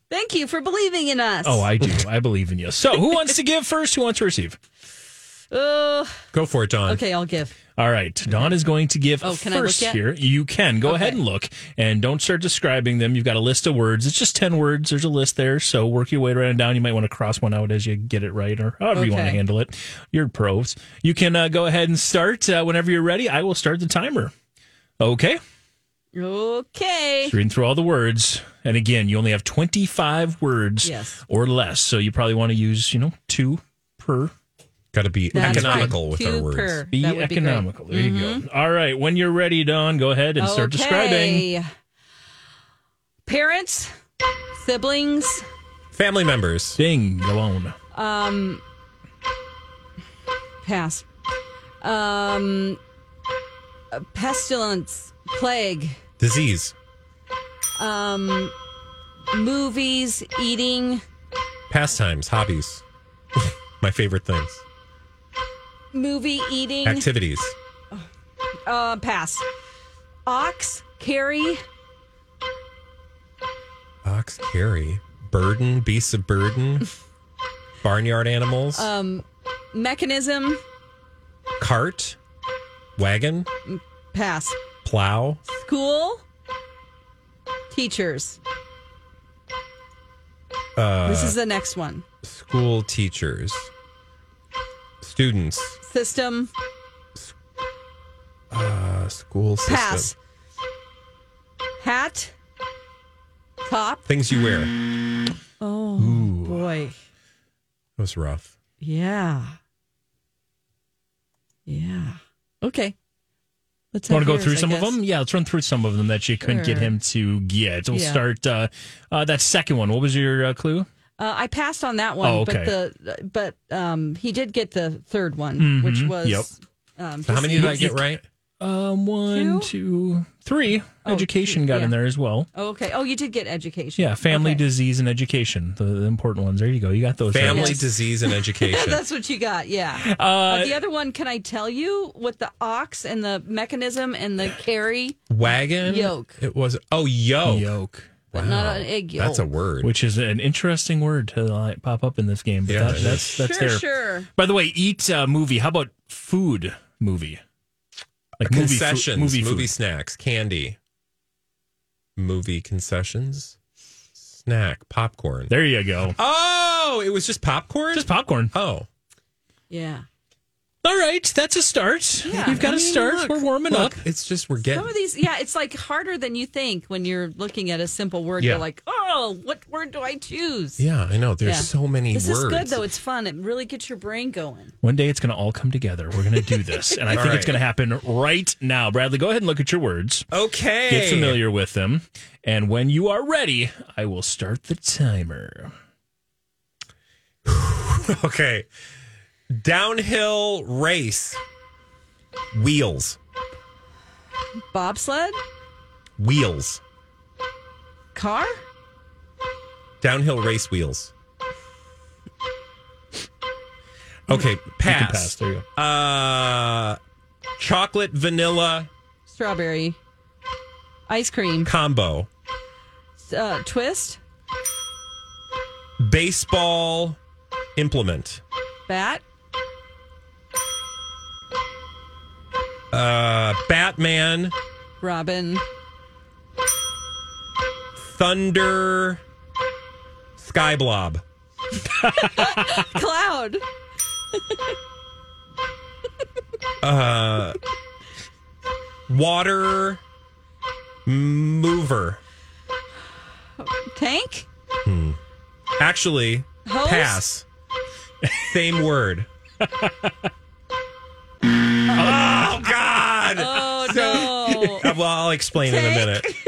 Speaker 1: Thank you for believing in us.
Speaker 3: Oh, I do. I believe in you. So, who wants to give first? Who wants to receive?
Speaker 1: Uh,
Speaker 2: Go for it, Don.
Speaker 1: okay, I'll give.
Speaker 3: All right. Dawn is going to give
Speaker 1: Oh, can I look
Speaker 3: first
Speaker 1: yet?
Speaker 3: here. You can go ahead and look, and don't start describing them. You've got a list of words. It's just ten words. There's a list there, so work your way around down. You might want to cross one out as you get it right, or however you want to
Speaker 1: Okay.
Speaker 3: handle it. You're pros. You can uh, go ahead and start uh, whenever you're ready. I will start the timer. Okay.
Speaker 1: Okay.
Speaker 3: Just reading through all the words. And again, you only have 25 words
Speaker 1: Yes.
Speaker 3: or less. So you probably want to use, you know, two per.
Speaker 2: Got to be
Speaker 3: That's
Speaker 2: economical with our
Speaker 1: Two
Speaker 2: words.
Speaker 1: per.
Speaker 3: Be
Speaker 1: That would be great. Mm-hmm.
Speaker 3: economical. there you go. All right. When you're ready, Don, go ahead and start describing.
Speaker 1: Okay. Parents, siblings,
Speaker 2: Family members.
Speaker 3: Ding, alone.
Speaker 1: um, pass, um, uh, pestilence, plague,
Speaker 2: Disease.
Speaker 1: um, movies, eating,
Speaker 2: Pastimes. Hobbies. My favorite things.
Speaker 1: movie eating,
Speaker 2: Activities.
Speaker 1: uh, pass, ox, carry,
Speaker 2: Ox carry. Burden. Beasts of burden. Barnyard animals,
Speaker 1: Um, mechanism,
Speaker 2: cart, wagon,
Speaker 1: pass.
Speaker 2: plow,
Speaker 1: School, teachers.
Speaker 2: uh,
Speaker 1: this is the next one.
Speaker 2: school teachers, students,
Speaker 1: System,
Speaker 2: uh, school system.
Speaker 1: pass. Hat, top.
Speaker 2: Things you wear. That
Speaker 1: Oh, boy.
Speaker 2: was rough.
Speaker 1: Yeah. Yeah. Okay. Let's
Speaker 3: Want to go
Speaker 1: yours,
Speaker 3: through
Speaker 1: I
Speaker 3: some of
Speaker 1: guess.
Speaker 3: them? Yeah, let's run through some of them that you couldn't get
Speaker 1: Sure.
Speaker 3: him to get. We'll
Speaker 1: Yeah.
Speaker 3: start uh, uh, that second one. What was your uh, clue?
Speaker 1: Uh, I passed on that one,
Speaker 3: Oh,
Speaker 1: but
Speaker 3: okay.
Speaker 1: the Uh, but um, he did get the third one,
Speaker 3: Mhm.
Speaker 1: which was
Speaker 3: Yep.
Speaker 1: um,
Speaker 2: So how many did I get right?
Speaker 3: Um, one, two, three. education got in there as well.
Speaker 1: Oh, okay. Oh, you did get education.
Speaker 3: Yeah, family, disease, and education. The, the important ones. There you go. You got those.
Speaker 2: Family,
Speaker 3: right.
Speaker 2: disease, and education.
Speaker 1: That's what you got. Yeah. Uh, the other one, can I tell you what the ox and the mechanism and the carry,
Speaker 2: Wagon
Speaker 1: Yoke.
Speaker 2: It was oh yoke.
Speaker 3: Yoke.
Speaker 1: but not an egg yolk?
Speaker 2: That's a word.
Speaker 3: Which is an interesting word to like, pop up in this game. But
Speaker 2: Yeah,
Speaker 3: that-
Speaker 2: it is.
Speaker 3: that's that's
Speaker 1: sure,
Speaker 3: there.
Speaker 1: sure.
Speaker 3: By the way, eat uh, movie. How about food movie? Like movie fu-
Speaker 2: concessions,
Speaker 3: movie
Speaker 2: movie,
Speaker 3: food.
Speaker 2: snacks, candy, movie concessions, snack, popcorn.
Speaker 3: There you go.
Speaker 2: Oh, it was just popcorn.
Speaker 3: Just popcorn.
Speaker 2: oh,
Speaker 1: Yeah.
Speaker 3: All right, that's a start.
Speaker 1: Yeah,
Speaker 3: We've got
Speaker 1: I
Speaker 3: a
Speaker 1: mean,
Speaker 3: start.
Speaker 1: look,
Speaker 3: We're warming
Speaker 2: look,
Speaker 3: up.
Speaker 2: it's just we're
Speaker 1: Some
Speaker 2: getting.
Speaker 1: of these, yeah, it's like harder than you think when you're looking at a simple word.
Speaker 2: Yeah.
Speaker 1: You're like, oh, what word do I choose?
Speaker 2: Yeah, I know. There's
Speaker 1: Yeah.
Speaker 2: so many
Speaker 1: This
Speaker 2: words.
Speaker 1: is good though. It's fun. It really gets your brain going.
Speaker 3: One day it's going to all come together. We're going to do this, and I
Speaker 2: All
Speaker 3: think it's
Speaker 2: right.
Speaker 3: going to happen right now. Bradley, go ahead and look at your words.
Speaker 2: Okay.
Speaker 3: Get familiar with them, and when you are ready, I will start the timer.
Speaker 2: Okay. Downhill race. Wheels.
Speaker 1: Bobsled,
Speaker 2: Wheels.
Speaker 1: car,
Speaker 2: Downhill race wheels. Okay,
Speaker 3: You can
Speaker 2: pass.
Speaker 3: pass. There you go.
Speaker 2: Uh, chocolate vanilla
Speaker 1: strawberry, ice cream,
Speaker 2: combo.
Speaker 1: uh, twist,
Speaker 2: Baseball implement.
Speaker 1: bat,
Speaker 2: Uh, Batman.
Speaker 1: Robin,
Speaker 2: Thunder. Sky blob.
Speaker 1: cloud,
Speaker 2: Uh, water mover. Hmm.
Speaker 1: tank,
Speaker 2: Actually,
Speaker 1: Hose?
Speaker 2: pass. Same word. oh God!
Speaker 1: Oh, no.
Speaker 2: Uh, Well, I'll explain in a
Speaker 1: Tank? Oh,
Speaker 2: minute.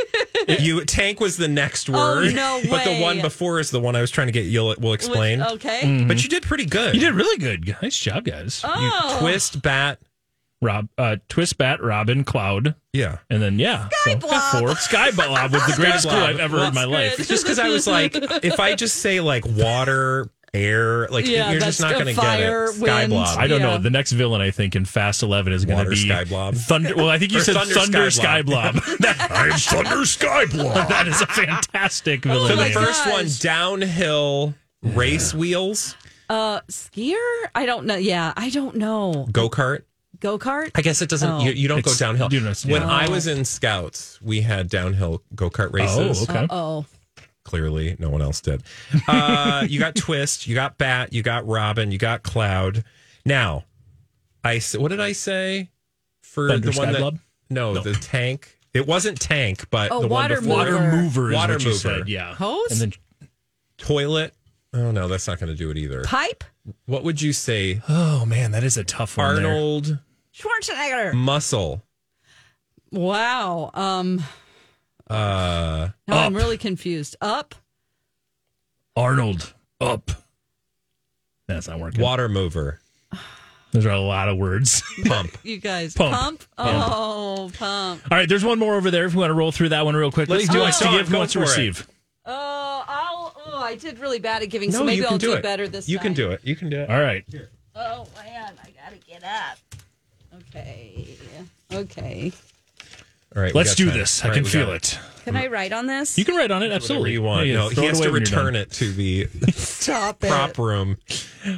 Speaker 2: You tank was the next word.
Speaker 1: no
Speaker 2: But
Speaker 1: way.
Speaker 2: the one before is the one I was trying to get. You'll we'll explain.
Speaker 1: Was- okay.
Speaker 2: But you did pretty good.
Speaker 3: Mm-hmm. You did really good. Nice job, guys.
Speaker 1: Oh,
Speaker 2: Twist bat.
Speaker 3: Rob, uh, twist bat, Robin, cloud,
Speaker 2: Yeah.
Speaker 3: and then yeah, Sky
Speaker 1: Blob.
Speaker 3: four. Sky Blob was the greatest clue
Speaker 2: Blob.
Speaker 3: I've ever heard in my
Speaker 1: That's
Speaker 3: life.
Speaker 2: Just because I was like, if I just say like water, air, like
Speaker 1: Yeah,
Speaker 2: you're just
Speaker 1: that's
Speaker 2: not
Speaker 1: good.
Speaker 2: going to get
Speaker 1: Fire,
Speaker 2: it. Sky
Speaker 1: wind.
Speaker 2: blob.
Speaker 3: I don't
Speaker 1: Yeah.
Speaker 3: know. The next villain, I think, in Fast Eleven is going to
Speaker 2: Water
Speaker 3: be
Speaker 2: Sky Blob.
Speaker 3: Thunder. Well, I think you
Speaker 2: Or
Speaker 3: said
Speaker 2: Thunder
Speaker 3: Thunder,
Speaker 2: Sky
Speaker 3: Sky Blob. that, I'm Thunder Sky Blob. that is a fantastic villain.
Speaker 2: So the
Speaker 3: name.
Speaker 2: first
Speaker 1: Oh gosh.
Speaker 2: one, downhill race wheels,
Speaker 1: uh, skier. I don't know. Yeah, I don't know.
Speaker 2: go kart.
Speaker 1: Go kart.
Speaker 2: I guess it doesn't.
Speaker 1: Oh.
Speaker 2: You, you don't
Speaker 3: It's-
Speaker 2: go downhill.
Speaker 3: you don't-
Speaker 2: When
Speaker 3: yeah.
Speaker 2: I was in Scouts, we had downhill go kart races.
Speaker 3: Oh, okay.
Speaker 1: Oh,
Speaker 2: Clearly, no one else did. Uh, you got Twist, you got Bat, you got Robin, you got Cloud. Now, I s- what did I say for
Speaker 3: Thunder
Speaker 2: the one
Speaker 3: Sky
Speaker 2: that?
Speaker 3: Blob?
Speaker 2: No,
Speaker 3: No.
Speaker 2: the tank. It wasn't tank, but
Speaker 1: Oh,
Speaker 2: the
Speaker 1: water
Speaker 2: one before.
Speaker 3: water mover. Is
Speaker 2: Water
Speaker 3: what you
Speaker 2: mover.
Speaker 3: said. Yeah.
Speaker 1: Hose?
Speaker 3: And then
Speaker 2: toilet. Oh no, that's not going to do it either.
Speaker 1: pipe.
Speaker 2: What would you say,
Speaker 3: oh man, that is a tough one. there.
Speaker 2: Arnold?
Speaker 1: Schwarzenegger.
Speaker 2: Muscle.
Speaker 1: Wow. Um,
Speaker 2: Uh,
Speaker 1: now I'm
Speaker 3: Up.
Speaker 1: really confused. Up.
Speaker 3: Arnold up. That's not working.
Speaker 2: water mover.
Speaker 3: Those are a lot of words.
Speaker 2: Pump.
Speaker 1: You guys.
Speaker 3: Pump. Pump.
Speaker 1: Oh, pump.
Speaker 3: All right, there's one more over there. If we want to roll through that one real quick,
Speaker 2: Let's
Speaker 3: Who
Speaker 2: do it,
Speaker 3: wants to
Speaker 2: Sean.
Speaker 3: give, who
Speaker 2: Go
Speaker 3: wants to
Speaker 2: for it.
Speaker 3: receive.
Speaker 1: Oh, I'll. Oh, I did really bad at giving, so maybe I'll do, better this
Speaker 2: You
Speaker 1: time.
Speaker 2: can do it. You can do it.
Speaker 3: All right.
Speaker 1: Oh man, I gotta get up. Okay. Okay.
Speaker 2: All right, we
Speaker 3: Let's
Speaker 2: got
Speaker 3: do
Speaker 2: time.
Speaker 3: this.
Speaker 2: All
Speaker 3: I
Speaker 2: right,
Speaker 3: can
Speaker 2: we
Speaker 3: feel
Speaker 2: got
Speaker 3: it.
Speaker 1: Can I write on this?
Speaker 3: You can write on it.
Speaker 2: Whatever
Speaker 3: Absolutely.
Speaker 2: you want.
Speaker 3: Yeah,
Speaker 2: no,
Speaker 3: throw
Speaker 2: he
Speaker 3: it
Speaker 2: has
Speaker 3: away
Speaker 2: to
Speaker 3: when you're done.
Speaker 2: return it to the
Speaker 1: Stop
Speaker 2: prop room.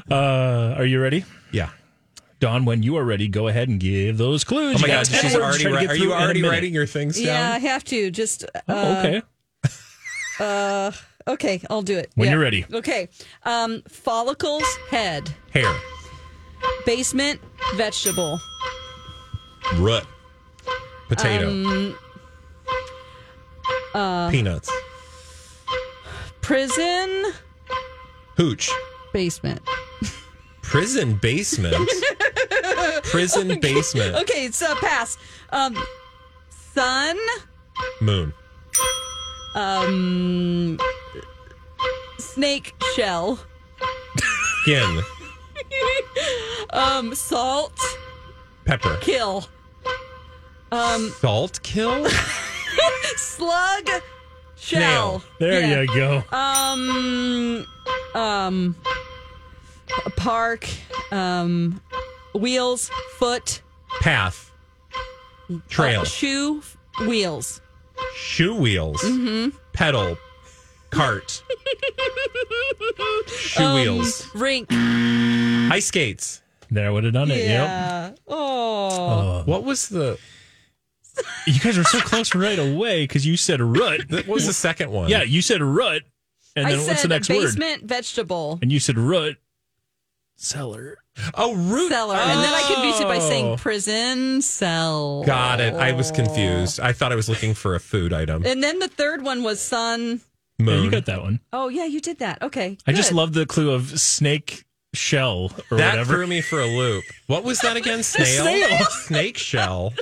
Speaker 3: Uh, are you ready?
Speaker 2: Yeah.
Speaker 3: Don, when you are ready, go ahead and give those clues.
Speaker 2: Oh my
Speaker 3: You
Speaker 2: God,
Speaker 3: got ten
Speaker 2: she's
Speaker 3: words
Speaker 2: already
Speaker 3: trying to
Speaker 2: wri-
Speaker 3: get
Speaker 2: are
Speaker 3: through
Speaker 2: you
Speaker 3: in a
Speaker 2: already
Speaker 3: minute.
Speaker 2: writing your things down?
Speaker 1: Yeah, I have to. Just uh,
Speaker 3: Oh, okay.
Speaker 1: Uh, okay, I'll do it.
Speaker 3: When you're ready.
Speaker 1: Okay. Um, follicles, head.
Speaker 2: Hair,
Speaker 1: Basement, vegetable.
Speaker 2: root, potato,
Speaker 1: Um, uh,
Speaker 2: peanuts,
Speaker 1: Prison,
Speaker 2: hooch,
Speaker 1: basement.
Speaker 2: prison basement,
Speaker 1: Oh
Speaker 2: prison basement,
Speaker 1: Okay, it's uh, pass. Um, sun,
Speaker 2: moon,
Speaker 1: um, snake shell,
Speaker 2: skin,
Speaker 1: um, salt,
Speaker 2: pepper,
Speaker 1: kill, um,
Speaker 2: salt kill,
Speaker 1: slug, shell.
Speaker 3: There
Speaker 1: Yeah.
Speaker 3: you go.
Speaker 1: Um, um, a park, um, wheels, foot,
Speaker 2: path, trail,
Speaker 1: uh, shoe, wheels.
Speaker 2: shoe wheels,
Speaker 1: Mm-hmm.
Speaker 2: pedal, cart, shoe wheels,
Speaker 1: Um, Rink.
Speaker 2: ice skates.
Speaker 3: There would have done it. Yep.
Speaker 1: Yeah. Oh.
Speaker 2: What was the?
Speaker 3: You guys were so close right away because you said rut.
Speaker 2: What was the second one?
Speaker 3: Yeah, you said rut, and
Speaker 1: I
Speaker 3: then
Speaker 1: said
Speaker 3: what's the next word?
Speaker 1: basement vegetable.
Speaker 3: And you said rut, cellar.
Speaker 2: Oh, root.
Speaker 1: Cellar. And then I confused it by
Speaker 2: Oh.
Speaker 1: saying prison cell.
Speaker 2: Got it. I was confused. I thought I was looking for a food item.
Speaker 1: And then the third one was sun.
Speaker 2: Moon.
Speaker 3: Yeah, you got that one.
Speaker 1: Oh, yeah, you did that. Okay.
Speaker 3: I just
Speaker 1: good.
Speaker 3: love the clue of snake shell or
Speaker 2: that
Speaker 3: whatever.
Speaker 2: threw me for a loop. What was that again? Snail?
Speaker 3: Snail.
Speaker 2: Snake shell.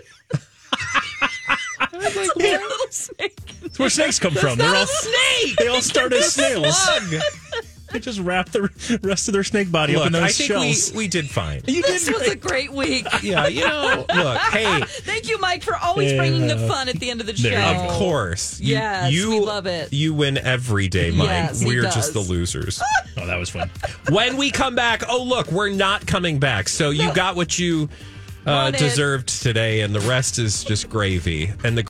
Speaker 1: I was like, what? little snake.
Speaker 3: That's where snakes come
Speaker 1: Not
Speaker 3: from. They're
Speaker 1: a
Speaker 3: all
Speaker 1: snake.
Speaker 3: they all start as snails.
Speaker 2: Slug.
Speaker 3: They just wrap the rest of their snake body up
Speaker 2: Look,
Speaker 3: in those
Speaker 2: I think
Speaker 3: shells.
Speaker 2: we, we did fine.
Speaker 3: you
Speaker 1: This
Speaker 3: did
Speaker 1: was a great week.
Speaker 2: Yeah, you know, look, hey,
Speaker 1: Thank you, Mike, for always bringing the fun at the end of the show.
Speaker 3: There you
Speaker 2: of course. You,
Speaker 1: Yes,
Speaker 2: you,
Speaker 1: we love it.
Speaker 2: You win every day, Mike.
Speaker 1: Yes, he
Speaker 2: we're
Speaker 1: does.
Speaker 2: just the losers.
Speaker 3: Oh, that was fun.
Speaker 2: when we come back, oh, look, we're not coming back. So you got what you uh,
Speaker 1: Wanted.
Speaker 2: deserved today, and the rest is just gravy. And the